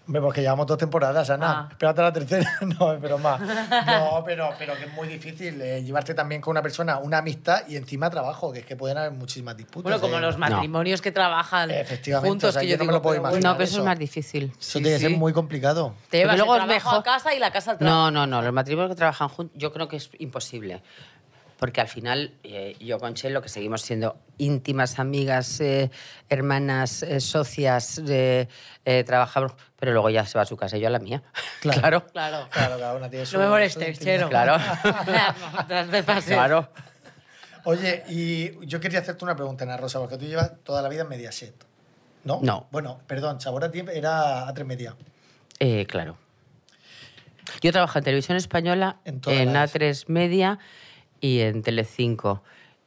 [SPEAKER 2] Hombre, porque llevamos dos temporadas, Ana.
[SPEAKER 5] Ah.
[SPEAKER 2] Espérate a la tercera. No, pero más. No, pero, pero que es muy difícil eh, llevarte también con una persona una amistad y encima trabajo, que es que pueden haber muchísimas disputas.
[SPEAKER 5] Bueno, como
[SPEAKER 2] eh.
[SPEAKER 5] los matrimonios que trabajan
[SPEAKER 2] Efectivamente,
[SPEAKER 5] juntos,
[SPEAKER 2] o sea,
[SPEAKER 5] que
[SPEAKER 2] yo
[SPEAKER 5] yo,
[SPEAKER 2] no me
[SPEAKER 5] digo,
[SPEAKER 2] lo puedo
[SPEAKER 5] pero bueno, pues
[SPEAKER 2] imaginar.
[SPEAKER 4] Pues No, pero eso
[SPEAKER 2] eso.
[SPEAKER 4] es más difícil.
[SPEAKER 2] Eso
[SPEAKER 5] sí,
[SPEAKER 2] tiene que ser
[SPEAKER 5] sí.
[SPEAKER 2] muy complicado.
[SPEAKER 5] Te llevas
[SPEAKER 4] Porque luego
[SPEAKER 5] el
[SPEAKER 4] es
[SPEAKER 5] trabajo
[SPEAKER 4] mejor.
[SPEAKER 5] a casa y la casa al trabajo.
[SPEAKER 4] No, no, no, los matrimonios que trabajan juntos, yo creo que es imposible. porque al final eh, yo con Chelo, que seguimos siendo íntimas amigas, eh, hermanas, eh, socias, eh, eh, trabajamos, pero luego ya se va a su casa y yo a la mía.
[SPEAKER 2] Claro.
[SPEAKER 4] claro.
[SPEAKER 3] Claro.
[SPEAKER 2] Claro, cada una tiene su-
[SPEAKER 3] No me
[SPEAKER 2] su
[SPEAKER 3] molestes,
[SPEAKER 2] intimidad.
[SPEAKER 3] Chelo.
[SPEAKER 4] Claro.
[SPEAKER 3] Las veces.
[SPEAKER 4] Claro.
[SPEAKER 2] Oye, y yo quería hacerte una pregunta, Ana Rosa, porque tú llevas toda la vida en Mediaset, ¿no?
[SPEAKER 4] No.
[SPEAKER 2] Bueno, perdón, Sabor a ti era a tres media.
[SPEAKER 4] Eh, claro. Yo trabajo en Televisión Española,
[SPEAKER 2] En
[SPEAKER 4] en,
[SPEAKER 2] todas las-
[SPEAKER 4] A3 Media y en Telecinco.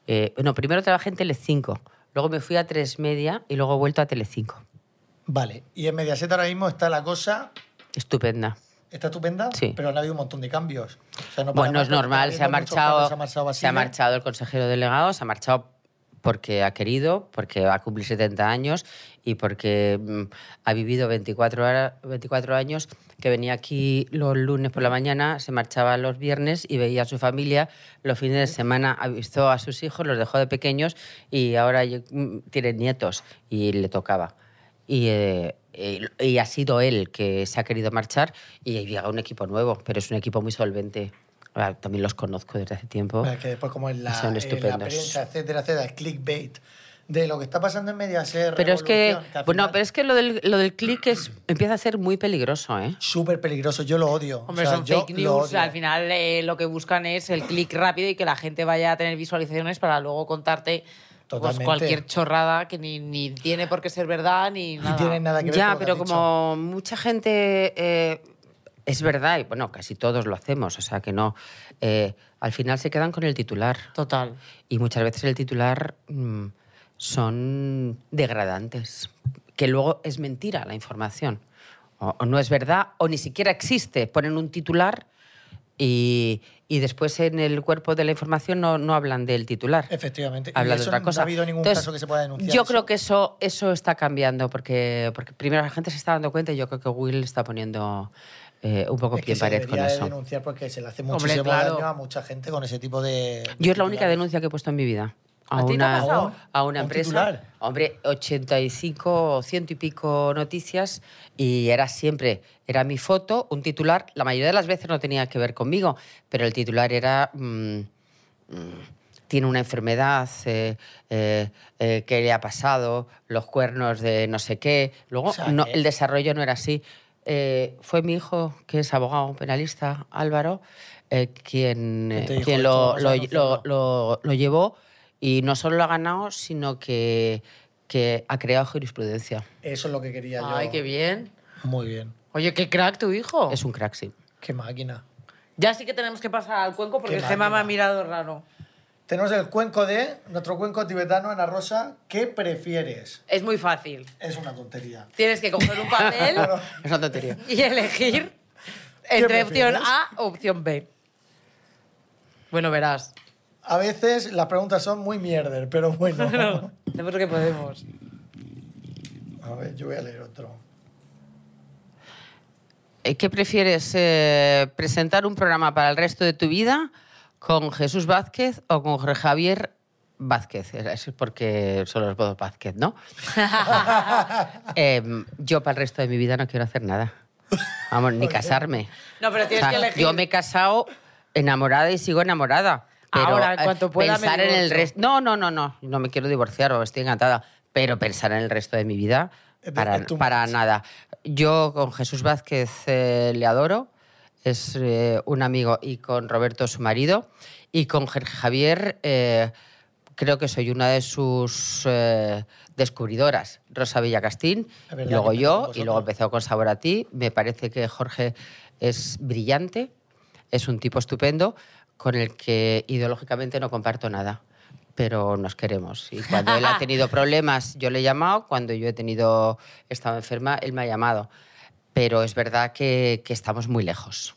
[SPEAKER 4] Eh, no, primero trabajé en Telecinco, luego me fui a A3 Media y luego he vuelto a Telecinco.
[SPEAKER 2] Vale, y en Mediaset ahora mismo está la cosa,
[SPEAKER 4] Estupenda.
[SPEAKER 2] está estupenda,
[SPEAKER 4] Sí.
[SPEAKER 2] pero han habido un montón de cambios. O sea, no para
[SPEAKER 4] Bueno,
[SPEAKER 2] marcar,
[SPEAKER 4] es
[SPEAKER 2] está
[SPEAKER 4] normal, se ha,
[SPEAKER 2] habiendo muchos cambios,
[SPEAKER 4] marchado,
[SPEAKER 2] se ha marchado
[SPEAKER 4] se ha
[SPEAKER 2] Basile.
[SPEAKER 4] marchado el consejero delegado, se ha marchado porque ha querido, porque va a cumplir 70 años y porque mm, ha vivido 24, hora- 24 años, que venía aquí los lunes por la mañana, se marchaba los viernes y veía a su familia, los fines de semana ha visto a sus hijos, los dejó de pequeños y ahora yo- mm, tiene nietos y le tocaba. Y, eh, y- y ha sido él que se ha querido marchar y llega un equipo nuevo, pero es un equipo muy solvente. Ah, También los conozco desde hace tiempo.
[SPEAKER 2] Pero es que después como en la,
[SPEAKER 4] Son
[SPEAKER 2] en la
[SPEAKER 4] estupendos.
[SPEAKER 2] prensa, etcétera, etcétera, el clickbait de lo que está pasando en Mediaset.
[SPEAKER 4] Pero es que,
[SPEAKER 2] Revolución, al
[SPEAKER 4] bueno,
[SPEAKER 2] final
[SPEAKER 4] pero es que lo del, lo del clic es, empieza a ser muy peligroso, ¿eh?
[SPEAKER 2] súper peligroso, yo lo odio.
[SPEAKER 5] Hombre,
[SPEAKER 2] O sea,
[SPEAKER 5] son
[SPEAKER 2] yo
[SPEAKER 5] fake
[SPEAKER 2] lo
[SPEAKER 5] news.
[SPEAKER 2] odio.
[SPEAKER 5] Al final eh, lo que buscan es el clic rápido y que la gente vaya a tener visualizaciones para luego contarte pues,
[SPEAKER 2] Totalmente.
[SPEAKER 5] cualquier chorrada que ni, ni tiene por qué ser verdad ni
[SPEAKER 2] Y
[SPEAKER 5] nada.
[SPEAKER 2] tiene nada que ver
[SPEAKER 4] Ya,
[SPEAKER 2] con lo que
[SPEAKER 4] pero
[SPEAKER 2] has dicho.
[SPEAKER 4] como mucha gente eh, es verdad, y bueno, casi todos lo hacemos, o sea que no, eh, al final se quedan con el titular.
[SPEAKER 5] Total.
[SPEAKER 4] Y muchas veces el titular mm, son degradantes, que luego es mentira la información. O, o no es verdad, o ni siquiera existe. Ponen un titular y, y después en el cuerpo de la información no, no hablan del titular.
[SPEAKER 2] Efectivamente. Y
[SPEAKER 4] Hablan de
[SPEAKER 2] eso
[SPEAKER 4] otra cosa.
[SPEAKER 2] No ha habido ningún
[SPEAKER 4] Entonces,
[SPEAKER 2] caso que se pueda denunciar.
[SPEAKER 4] Yo
[SPEAKER 2] eso.
[SPEAKER 4] creo que eso, eso está cambiando, porque, porque primero la gente se está dando cuenta y yo creo que Will está poniendo eh, un poco
[SPEAKER 2] es que
[SPEAKER 4] pie en
[SPEAKER 2] se
[SPEAKER 4] pared con
[SPEAKER 2] debería de
[SPEAKER 4] eso.
[SPEAKER 2] denunciar porque se le hace
[SPEAKER 5] Hombre,
[SPEAKER 2] muchísimo
[SPEAKER 5] claro.
[SPEAKER 2] daño a mucha gente con ese tipo de.
[SPEAKER 4] Yo es la única denuncia que he puesto en mi vida. A,
[SPEAKER 5] ¿A ti te ha
[SPEAKER 4] una,
[SPEAKER 5] pasado?
[SPEAKER 4] a una
[SPEAKER 2] ¿Un
[SPEAKER 4] empresa.
[SPEAKER 2] titular?
[SPEAKER 4] Hombre, 85 o ciento y pico noticias y era siempre, era mi foto, un titular, la mayoría de las veces no tenía que ver conmigo, pero el titular era, mm, mm, tiene una enfermedad, eh, eh, eh, ¿qué le ha pasado? Los cuernos de no sé qué. Luego,
[SPEAKER 2] O sea,
[SPEAKER 4] no-
[SPEAKER 2] que-
[SPEAKER 4] el desarrollo no era así. Eh, fue mi hijo, que es abogado penalista, Álvaro, eh, quien,
[SPEAKER 2] ¿Qué te
[SPEAKER 4] eh,
[SPEAKER 2] dijo?
[SPEAKER 4] quien
[SPEAKER 2] Esto lo
[SPEAKER 4] lo,
[SPEAKER 2] vas a
[SPEAKER 4] lo-
[SPEAKER 2] denunciarlo.
[SPEAKER 4] lo- lo- lo llevó y no solo lo ha ganado, sino que, que ha creado jurisprudencia.
[SPEAKER 2] Eso es lo que quería yo.
[SPEAKER 5] Ay, qué bien.
[SPEAKER 2] Muy bien.
[SPEAKER 5] Oye, qué crack tu
[SPEAKER 3] Oh.
[SPEAKER 5] hijo.
[SPEAKER 4] Es un crack, sí.
[SPEAKER 2] Qué máquina.
[SPEAKER 5] Ya sí que tenemos que pasar al cuenco porque
[SPEAKER 2] Qué
[SPEAKER 5] Gemma me
[SPEAKER 2] máquina.
[SPEAKER 5] ha mirado raro.
[SPEAKER 2] Tenemos el cuenco de nuestro cuenco tibetano, Ana Rosa. ¿Qué prefieres?
[SPEAKER 5] Es muy fácil.
[SPEAKER 2] Es una tontería.
[SPEAKER 5] Tienes que coger un papel
[SPEAKER 4] Es una tontería.
[SPEAKER 5] y elegir entre opción
[SPEAKER 2] prefieres?
[SPEAKER 5] A o opción B. Bueno, verás.
[SPEAKER 2] A veces las preguntas son muy mierder, pero bueno.
[SPEAKER 5] Hacemos lo que podemos.
[SPEAKER 2] A ver, yo voy a leer otro.
[SPEAKER 4] Eh, ¿Qué prefieres, eh, presentar un programa para el resto de tu vida con Jesús Vázquez o con Javier Vázquez? Eh, Es porque son los dos Vázquez, ¿no? Em, yo para el resto de mi vida no quiero hacer nada. Vamos, ni casarme.
[SPEAKER 5] No, pero tienes que elegir.
[SPEAKER 4] Yo me he casado enamorada y sigo enamorada. Pero,
[SPEAKER 5] Ahora, en
[SPEAKER 4] eh,
[SPEAKER 5] cuanto pueda, me
[SPEAKER 4] Pensar en el
[SPEAKER 5] divorcio.
[SPEAKER 4] resto... No, no, no, no. No me quiero divorciar o estoy encantada. Pero pensar en el resto de mi vida,
[SPEAKER 2] Eh, eh,
[SPEAKER 4] para,
[SPEAKER 2] tú-
[SPEAKER 4] para nada. Yo con Jesús Vázquez eh, le adoro. Es eh, un amigo. Y con Roberto, su marido. Y con Jer- Javier... eh, Creo que soy una de sus eh, descubridoras, Rosa Villacastín,
[SPEAKER 2] Es verdad
[SPEAKER 4] luego
[SPEAKER 2] que
[SPEAKER 4] yo,
[SPEAKER 2] empezó
[SPEAKER 4] y luego
[SPEAKER 2] vosotros.
[SPEAKER 4] empezó con Sabor a ti. Me parece que Jorge es brillante, es un tipo estupendo con el que ideológicamente no comparto nada, pero nos queremos. Y cuando él ha tenido problemas, yo le he llamado, cuando yo he tenido he estado enferma, él me ha llamado. Pero es verdad que, que estamos muy lejos.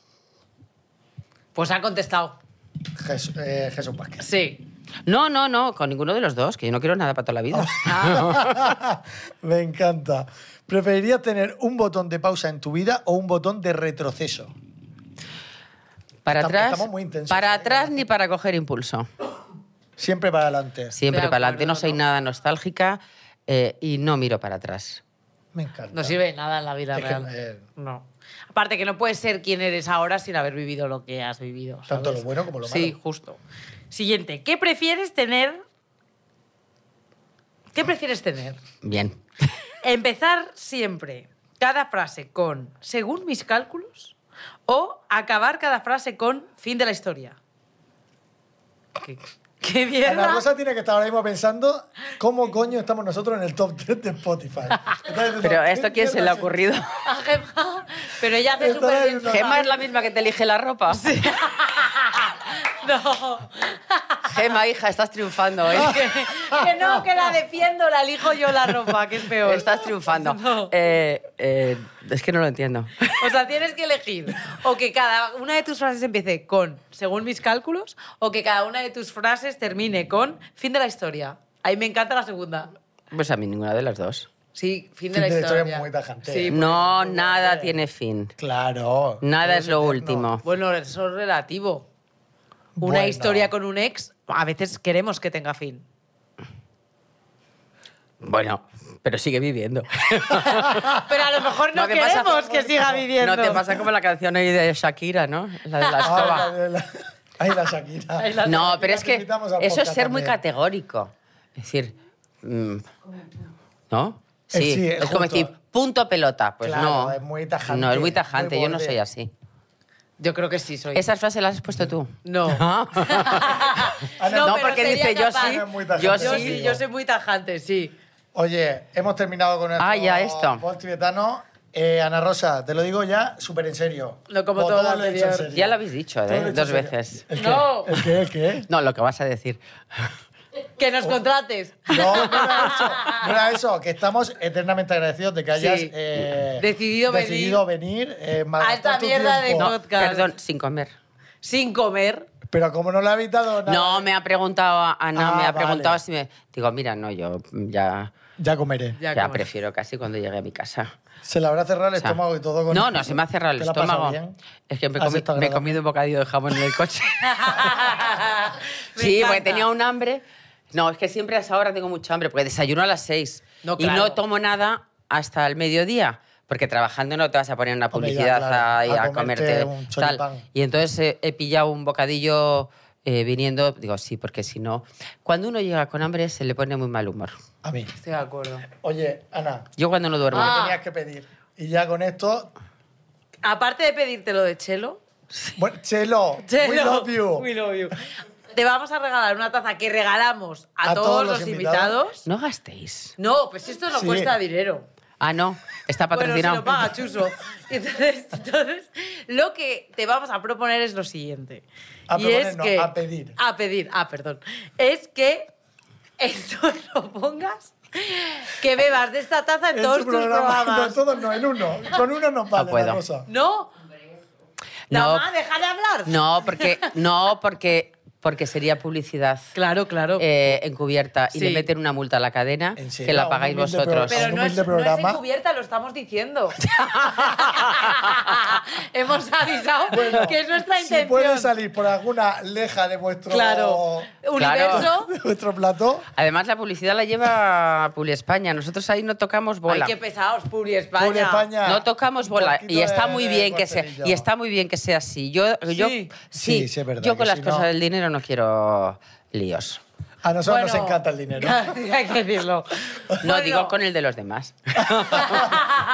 [SPEAKER 5] Pues ha contestado.
[SPEAKER 2] Jesús, eh, Jesús Vázquez.
[SPEAKER 5] Sí.
[SPEAKER 4] No, no, no, con ninguno de los dos, que yo no quiero nada para toda la vida.
[SPEAKER 2] Oh. Me encanta. ¿Preferirías tener un botón de pausa en tu vida o un botón de retroceso?
[SPEAKER 4] Para
[SPEAKER 2] Estamos-
[SPEAKER 4] atrás,
[SPEAKER 2] estamos muy intensos,
[SPEAKER 4] para
[SPEAKER 2] ¿eh?
[SPEAKER 4] atrás ni para coger impulso.
[SPEAKER 2] Siempre para adelante.
[SPEAKER 4] Siempre
[SPEAKER 5] De
[SPEAKER 4] para adelante,
[SPEAKER 5] acuerdo,
[SPEAKER 4] no soy
[SPEAKER 5] ¿no?
[SPEAKER 4] nada nostálgica eh, y no miro para atrás.
[SPEAKER 2] Me encanta.
[SPEAKER 5] No sirve de nada en la vida
[SPEAKER 2] Es que,
[SPEAKER 5] real.
[SPEAKER 2] eh,
[SPEAKER 5] No. Aparte que no puedes ser quien eres ahora sin haber vivido lo que has vivido.
[SPEAKER 2] Tanto
[SPEAKER 5] ¿sabes?
[SPEAKER 2] lo bueno como lo
[SPEAKER 5] Sí,
[SPEAKER 2] malo.
[SPEAKER 5] justo.
[SPEAKER 3] Siguiente. ¿Qué prefieres tener? ¿Qué prefieres tener?
[SPEAKER 4] Bien.
[SPEAKER 3] Empezar siempre cada frase con según mis cálculos o acabar cada frase con fin de la historia. ¿Qué, qué
[SPEAKER 2] Ana
[SPEAKER 3] mierda?
[SPEAKER 2] Rosa tiene que estar ahora mismo pensando cómo coño estamos nosotros en el top 3 de Spotify. Está diciendo,
[SPEAKER 4] Pero
[SPEAKER 2] "¿Qué
[SPEAKER 4] esto quién se le
[SPEAKER 2] mierda
[SPEAKER 4] ha
[SPEAKER 2] es
[SPEAKER 4] ocurrido.
[SPEAKER 3] A Gemma, pero ella hace
[SPEAKER 2] Estará
[SPEAKER 3] súper bien.
[SPEAKER 2] en una-
[SPEAKER 4] Gema es la misma que te elige la ropa.
[SPEAKER 3] No,
[SPEAKER 4] Gema, hija, estás triunfando hoy.
[SPEAKER 3] que no, que la defiendo, la elijo yo la ropa, que es peor.
[SPEAKER 4] Estás triunfando.
[SPEAKER 3] No.
[SPEAKER 4] Eh, eh, es que no lo entiendo.
[SPEAKER 3] O sea, tienes que elegir o que cada una de tus frases empiece con según mis cálculos o que cada una de tus frases termine con fin de la historia. Ahí me encanta la segunda.
[SPEAKER 4] Pues a mí ninguna de las dos.
[SPEAKER 3] Sí, fin de
[SPEAKER 2] Fin
[SPEAKER 3] la
[SPEAKER 2] de la
[SPEAKER 3] historia.
[SPEAKER 2] historia es muy tajante,
[SPEAKER 3] Sí,
[SPEAKER 2] ¿eh?
[SPEAKER 3] bueno,
[SPEAKER 4] No, nada tiene fin.
[SPEAKER 2] Claro.
[SPEAKER 4] Nada
[SPEAKER 2] Todo
[SPEAKER 4] es lo
[SPEAKER 2] eterno.
[SPEAKER 4] último.
[SPEAKER 3] bueno, eso es relativo. Una
[SPEAKER 2] Bueno.
[SPEAKER 3] historia con un ex, a veces queremos que tenga fin.
[SPEAKER 4] Bueno, pero sigue viviendo.
[SPEAKER 3] Pero a lo mejor no,
[SPEAKER 4] No, ¿qué pasa?
[SPEAKER 3] queremos que siga viviendo.
[SPEAKER 4] No te pasa como la canción hoy de Shakira, ¿no? La de la
[SPEAKER 2] Ah,
[SPEAKER 4] escoba.
[SPEAKER 2] la- la- Ay, la Shakira.
[SPEAKER 3] Ay, la-
[SPEAKER 4] No, pero
[SPEAKER 2] la
[SPEAKER 4] es que
[SPEAKER 2] invitamos al
[SPEAKER 4] eso es
[SPEAKER 2] podcast
[SPEAKER 4] ser muy
[SPEAKER 2] también.
[SPEAKER 4] categórico. Es decir, mm, ¿no?
[SPEAKER 2] Eh,
[SPEAKER 4] Sí,
[SPEAKER 2] sí,
[SPEAKER 4] es como
[SPEAKER 2] justo.
[SPEAKER 4] decir, punto pelota. Pues
[SPEAKER 2] Claro,
[SPEAKER 4] no.
[SPEAKER 2] es muy tajante,
[SPEAKER 4] No, es muy
[SPEAKER 2] muy
[SPEAKER 4] tajante, yo no
[SPEAKER 2] borde.
[SPEAKER 4] soy así.
[SPEAKER 3] Yo creo que sí soy.
[SPEAKER 4] ¿Esas frases las has puesto tú?
[SPEAKER 3] No.
[SPEAKER 4] No,
[SPEAKER 2] Ana,
[SPEAKER 3] No,
[SPEAKER 4] No,
[SPEAKER 3] pero
[SPEAKER 4] porque
[SPEAKER 3] sería
[SPEAKER 4] dice yo
[SPEAKER 3] capaz.
[SPEAKER 4] sí,
[SPEAKER 2] Es Ah, muy tajante,
[SPEAKER 4] yo
[SPEAKER 3] Yo
[SPEAKER 2] sí.
[SPEAKER 3] sí,
[SPEAKER 4] sí.
[SPEAKER 3] yo soy muy tajante, sí.
[SPEAKER 2] Oye, hemos terminado con nuestro
[SPEAKER 4] Ah, ya, esto.
[SPEAKER 2] post tibetano. Eh, Ana Rosa, te lo digo ya súper en serio.
[SPEAKER 3] No como
[SPEAKER 2] Vos
[SPEAKER 3] todo
[SPEAKER 2] todo
[SPEAKER 3] lo
[SPEAKER 2] lo he hecho en
[SPEAKER 3] anterior.
[SPEAKER 2] serio.
[SPEAKER 4] Ya lo habéis dicho,
[SPEAKER 2] Todo
[SPEAKER 4] ¿eh?
[SPEAKER 2] lo he hecho
[SPEAKER 4] dos
[SPEAKER 2] en serio.
[SPEAKER 4] veces.
[SPEAKER 2] ¿El qué?
[SPEAKER 3] No.
[SPEAKER 2] ¿El qué? ¿El qué?
[SPEAKER 4] No, lo que vas a decir.
[SPEAKER 3] Que nos contrates.
[SPEAKER 2] No, Oh. no era eso. No era eso, que estamos eternamente agradecidos de que hayas
[SPEAKER 3] Sí.
[SPEAKER 2] eh,
[SPEAKER 3] Decidido venir.
[SPEAKER 2] decidido venir, eh,
[SPEAKER 3] A
[SPEAKER 2] malgastar
[SPEAKER 3] esta
[SPEAKER 2] tu
[SPEAKER 3] mierda de
[SPEAKER 2] tiempo.
[SPEAKER 3] podcast.
[SPEAKER 4] Perdón, sin comer.
[SPEAKER 3] Sin comer.
[SPEAKER 2] Pero como no lo ha evitado nada,
[SPEAKER 4] No, me ha preguntado Ana,
[SPEAKER 2] Ah,
[SPEAKER 4] me ha
[SPEAKER 2] vale.
[SPEAKER 4] preguntado si me... Digo, mira, no, yo ya,
[SPEAKER 2] ya comeré.
[SPEAKER 3] Ya
[SPEAKER 4] ya,
[SPEAKER 3] comes.
[SPEAKER 4] prefiero casi cuando llegue a mi casa.
[SPEAKER 2] Se le habrá cerrado el
[SPEAKER 4] O sea,
[SPEAKER 2] estómago y todo con
[SPEAKER 4] No, no, se me ha cerrado el
[SPEAKER 2] ¿Te la has pasado
[SPEAKER 4] estómago.
[SPEAKER 2] bien?
[SPEAKER 4] Es que me,
[SPEAKER 2] Has
[SPEAKER 4] comí-
[SPEAKER 2] estado
[SPEAKER 4] me he
[SPEAKER 2] agradable.
[SPEAKER 4] comido un bocadillo de jamón en el coche.
[SPEAKER 3] Me
[SPEAKER 4] sí, porque
[SPEAKER 3] encanta.
[SPEAKER 4] tenía un hambre. No, es que siempre a esa hora tengo mucha hambre, porque desayuno a las seis.
[SPEAKER 3] No,
[SPEAKER 4] Y
[SPEAKER 3] claro.
[SPEAKER 4] no tomo nada hasta el mediodía, porque trabajando no te vas a poner una
[SPEAKER 2] Hombre, ya,
[SPEAKER 4] publicidad
[SPEAKER 2] claro,
[SPEAKER 4] ahí
[SPEAKER 2] a
[SPEAKER 4] a,
[SPEAKER 2] comerte un
[SPEAKER 4] comerte, tal.
[SPEAKER 2] choripán.
[SPEAKER 4] Y entonces eh, he pillado un bocadillo eh, viniendo. Digo, sí, porque si no... Cuando uno llega con hambre se le pone muy mal humor.
[SPEAKER 2] A mí.
[SPEAKER 3] Estoy de acuerdo.
[SPEAKER 2] Oye, Ana,
[SPEAKER 4] Yo cuando no duermo...
[SPEAKER 3] Ah.
[SPEAKER 2] tenías que pedir. Y ya con esto,
[SPEAKER 3] Aparte de pedirte lo de Chelo,
[SPEAKER 2] bueno, Chelo,
[SPEAKER 3] Chelo,
[SPEAKER 2] we love you.
[SPEAKER 3] we love you. Te vamos a regalar una taza que regalamos a, todos, los invitados.
[SPEAKER 4] No gastéis.
[SPEAKER 3] No, pues esto no
[SPEAKER 2] Sí.
[SPEAKER 3] cuesta dinero.
[SPEAKER 4] Ah, no, está
[SPEAKER 3] Bueno, se
[SPEAKER 4] patrocinado.
[SPEAKER 3] lo paga Chuso. Entonces, entonces, lo que te vamos a proponer es lo siguiente.
[SPEAKER 2] A
[SPEAKER 3] y
[SPEAKER 2] proponer,
[SPEAKER 3] es
[SPEAKER 2] no,
[SPEAKER 3] que,
[SPEAKER 2] a pedir.
[SPEAKER 3] A pedir, ah, perdón. Es que esto lo pongas, que bebas de esta taza en,
[SPEAKER 2] En
[SPEAKER 3] todos
[SPEAKER 2] tu
[SPEAKER 3] tus
[SPEAKER 2] programa, no en
[SPEAKER 3] programas.
[SPEAKER 2] todos, no, en uno. Con uno nos vale
[SPEAKER 4] puedo.
[SPEAKER 2] la cosa.
[SPEAKER 3] ¿No?
[SPEAKER 4] No.
[SPEAKER 3] Mamá, deja de hablar.
[SPEAKER 4] No, porque, no porque, porque sería publicidad
[SPEAKER 3] Claro, claro.
[SPEAKER 4] eh, encubierta y
[SPEAKER 3] Sí.
[SPEAKER 4] le meten una multa a la cadena
[SPEAKER 2] ¿En serio?
[SPEAKER 4] que
[SPEAKER 2] A
[SPEAKER 4] la
[SPEAKER 2] un
[SPEAKER 4] pagáis
[SPEAKER 2] humilde
[SPEAKER 4] vosotros.
[SPEAKER 2] programa.
[SPEAKER 3] pero
[SPEAKER 2] un
[SPEAKER 3] no es,
[SPEAKER 2] humilde
[SPEAKER 3] no es
[SPEAKER 2] programa.
[SPEAKER 3] encubierta, lo estamos diciendo. Hemos avisado
[SPEAKER 2] Bueno,
[SPEAKER 3] que es nuestra
[SPEAKER 2] Si puede
[SPEAKER 3] intención.
[SPEAKER 2] salir por alguna leja de vuestro,
[SPEAKER 3] claro. Universo.
[SPEAKER 2] de vuestro plato,
[SPEAKER 4] Además, la publicidad la lleva Publi España. Nosotros ahí no tocamos bola.
[SPEAKER 3] Ay, qué pesados, Puri España.
[SPEAKER 2] Puri España.
[SPEAKER 4] No tocamos
[SPEAKER 2] Un
[SPEAKER 4] bola
[SPEAKER 2] poquito
[SPEAKER 4] y está
[SPEAKER 2] de-
[SPEAKER 4] muy
[SPEAKER 2] de
[SPEAKER 4] bien que sea
[SPEAKER 2] cortelillo.
[SPEAKER 4] y está muy bien que sea así. Yo yo
[SPEAKER 3] Sí.
[SPEAKER 4] sí,
[SPEAKER 2] Sí, sí, es verdad
[SPEAKER 4] yo
[SPEAKER 2] que
[SPEAKER 4] con las
[SPEAKER 2] si no-
[SPEAKER 4] cosas del dinero no quiero líos.
[SPEAKER 2] a nosotros nos
[SPEAKER 3] Bueno,
[SPEAKER 2] encanta el dinero.
[SPEAKER 3] Hay que decirlo.
[SPEAKER 4] No digo con el de los demás.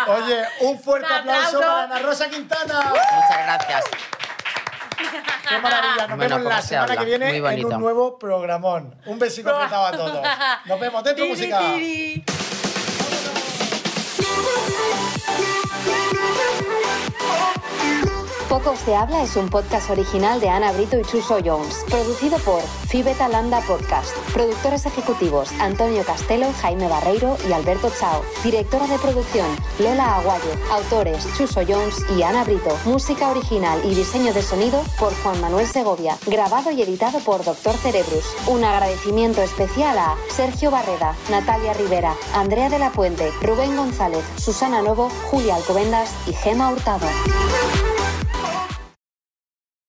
[SPEAKER 2] Oye, un fuerte
[SPEAKER 3] Un
[SPEAKER 2] aplauso
[SPEAKER 3] aplauso.
[SPEAKER 2] para Ana Rosa Quintana.
[SPEAKER 4] Muchas gracias.
[SPEAKER 2] Qué maravilla. Nos
[SPEAKER 4] Bueno,
[SPEAKER 2] vemos la
[SPEAKER 4] poco se
[SPEAKER 2] semana
[SPEAKER 4] habla.
[SPEAKER 2] que viene
[SPEAKER 4] Muy
[SPEAKER 2] en
[SPEAKER 4] bonito.
[SPEAKER 2] un nuevo programón. Un besito apretado a todos. Nos vemos dentro música.
[SPEAKER 6] Poco se habla es un podcast original de Ana Brito y Chuso Jones, producido por Fibeta Landa Podcast. Productores ejecutivos Antonio Castelo, Jaime Barreiro y Alberto Chao. Directora de producción Lola Aguayo. Autores Chuso Jones y Ana Brito. Música original y diseño de sonido por Juan Manuel Segovia. Grabado y editado por Doctor Cerebrus. Un agradecimiento especial a Sergio Barreda, Natalia Rivera, Andrea de la Puente, Rubén González, Susana Novo, Julia Alcobendas y Gema Hurtado.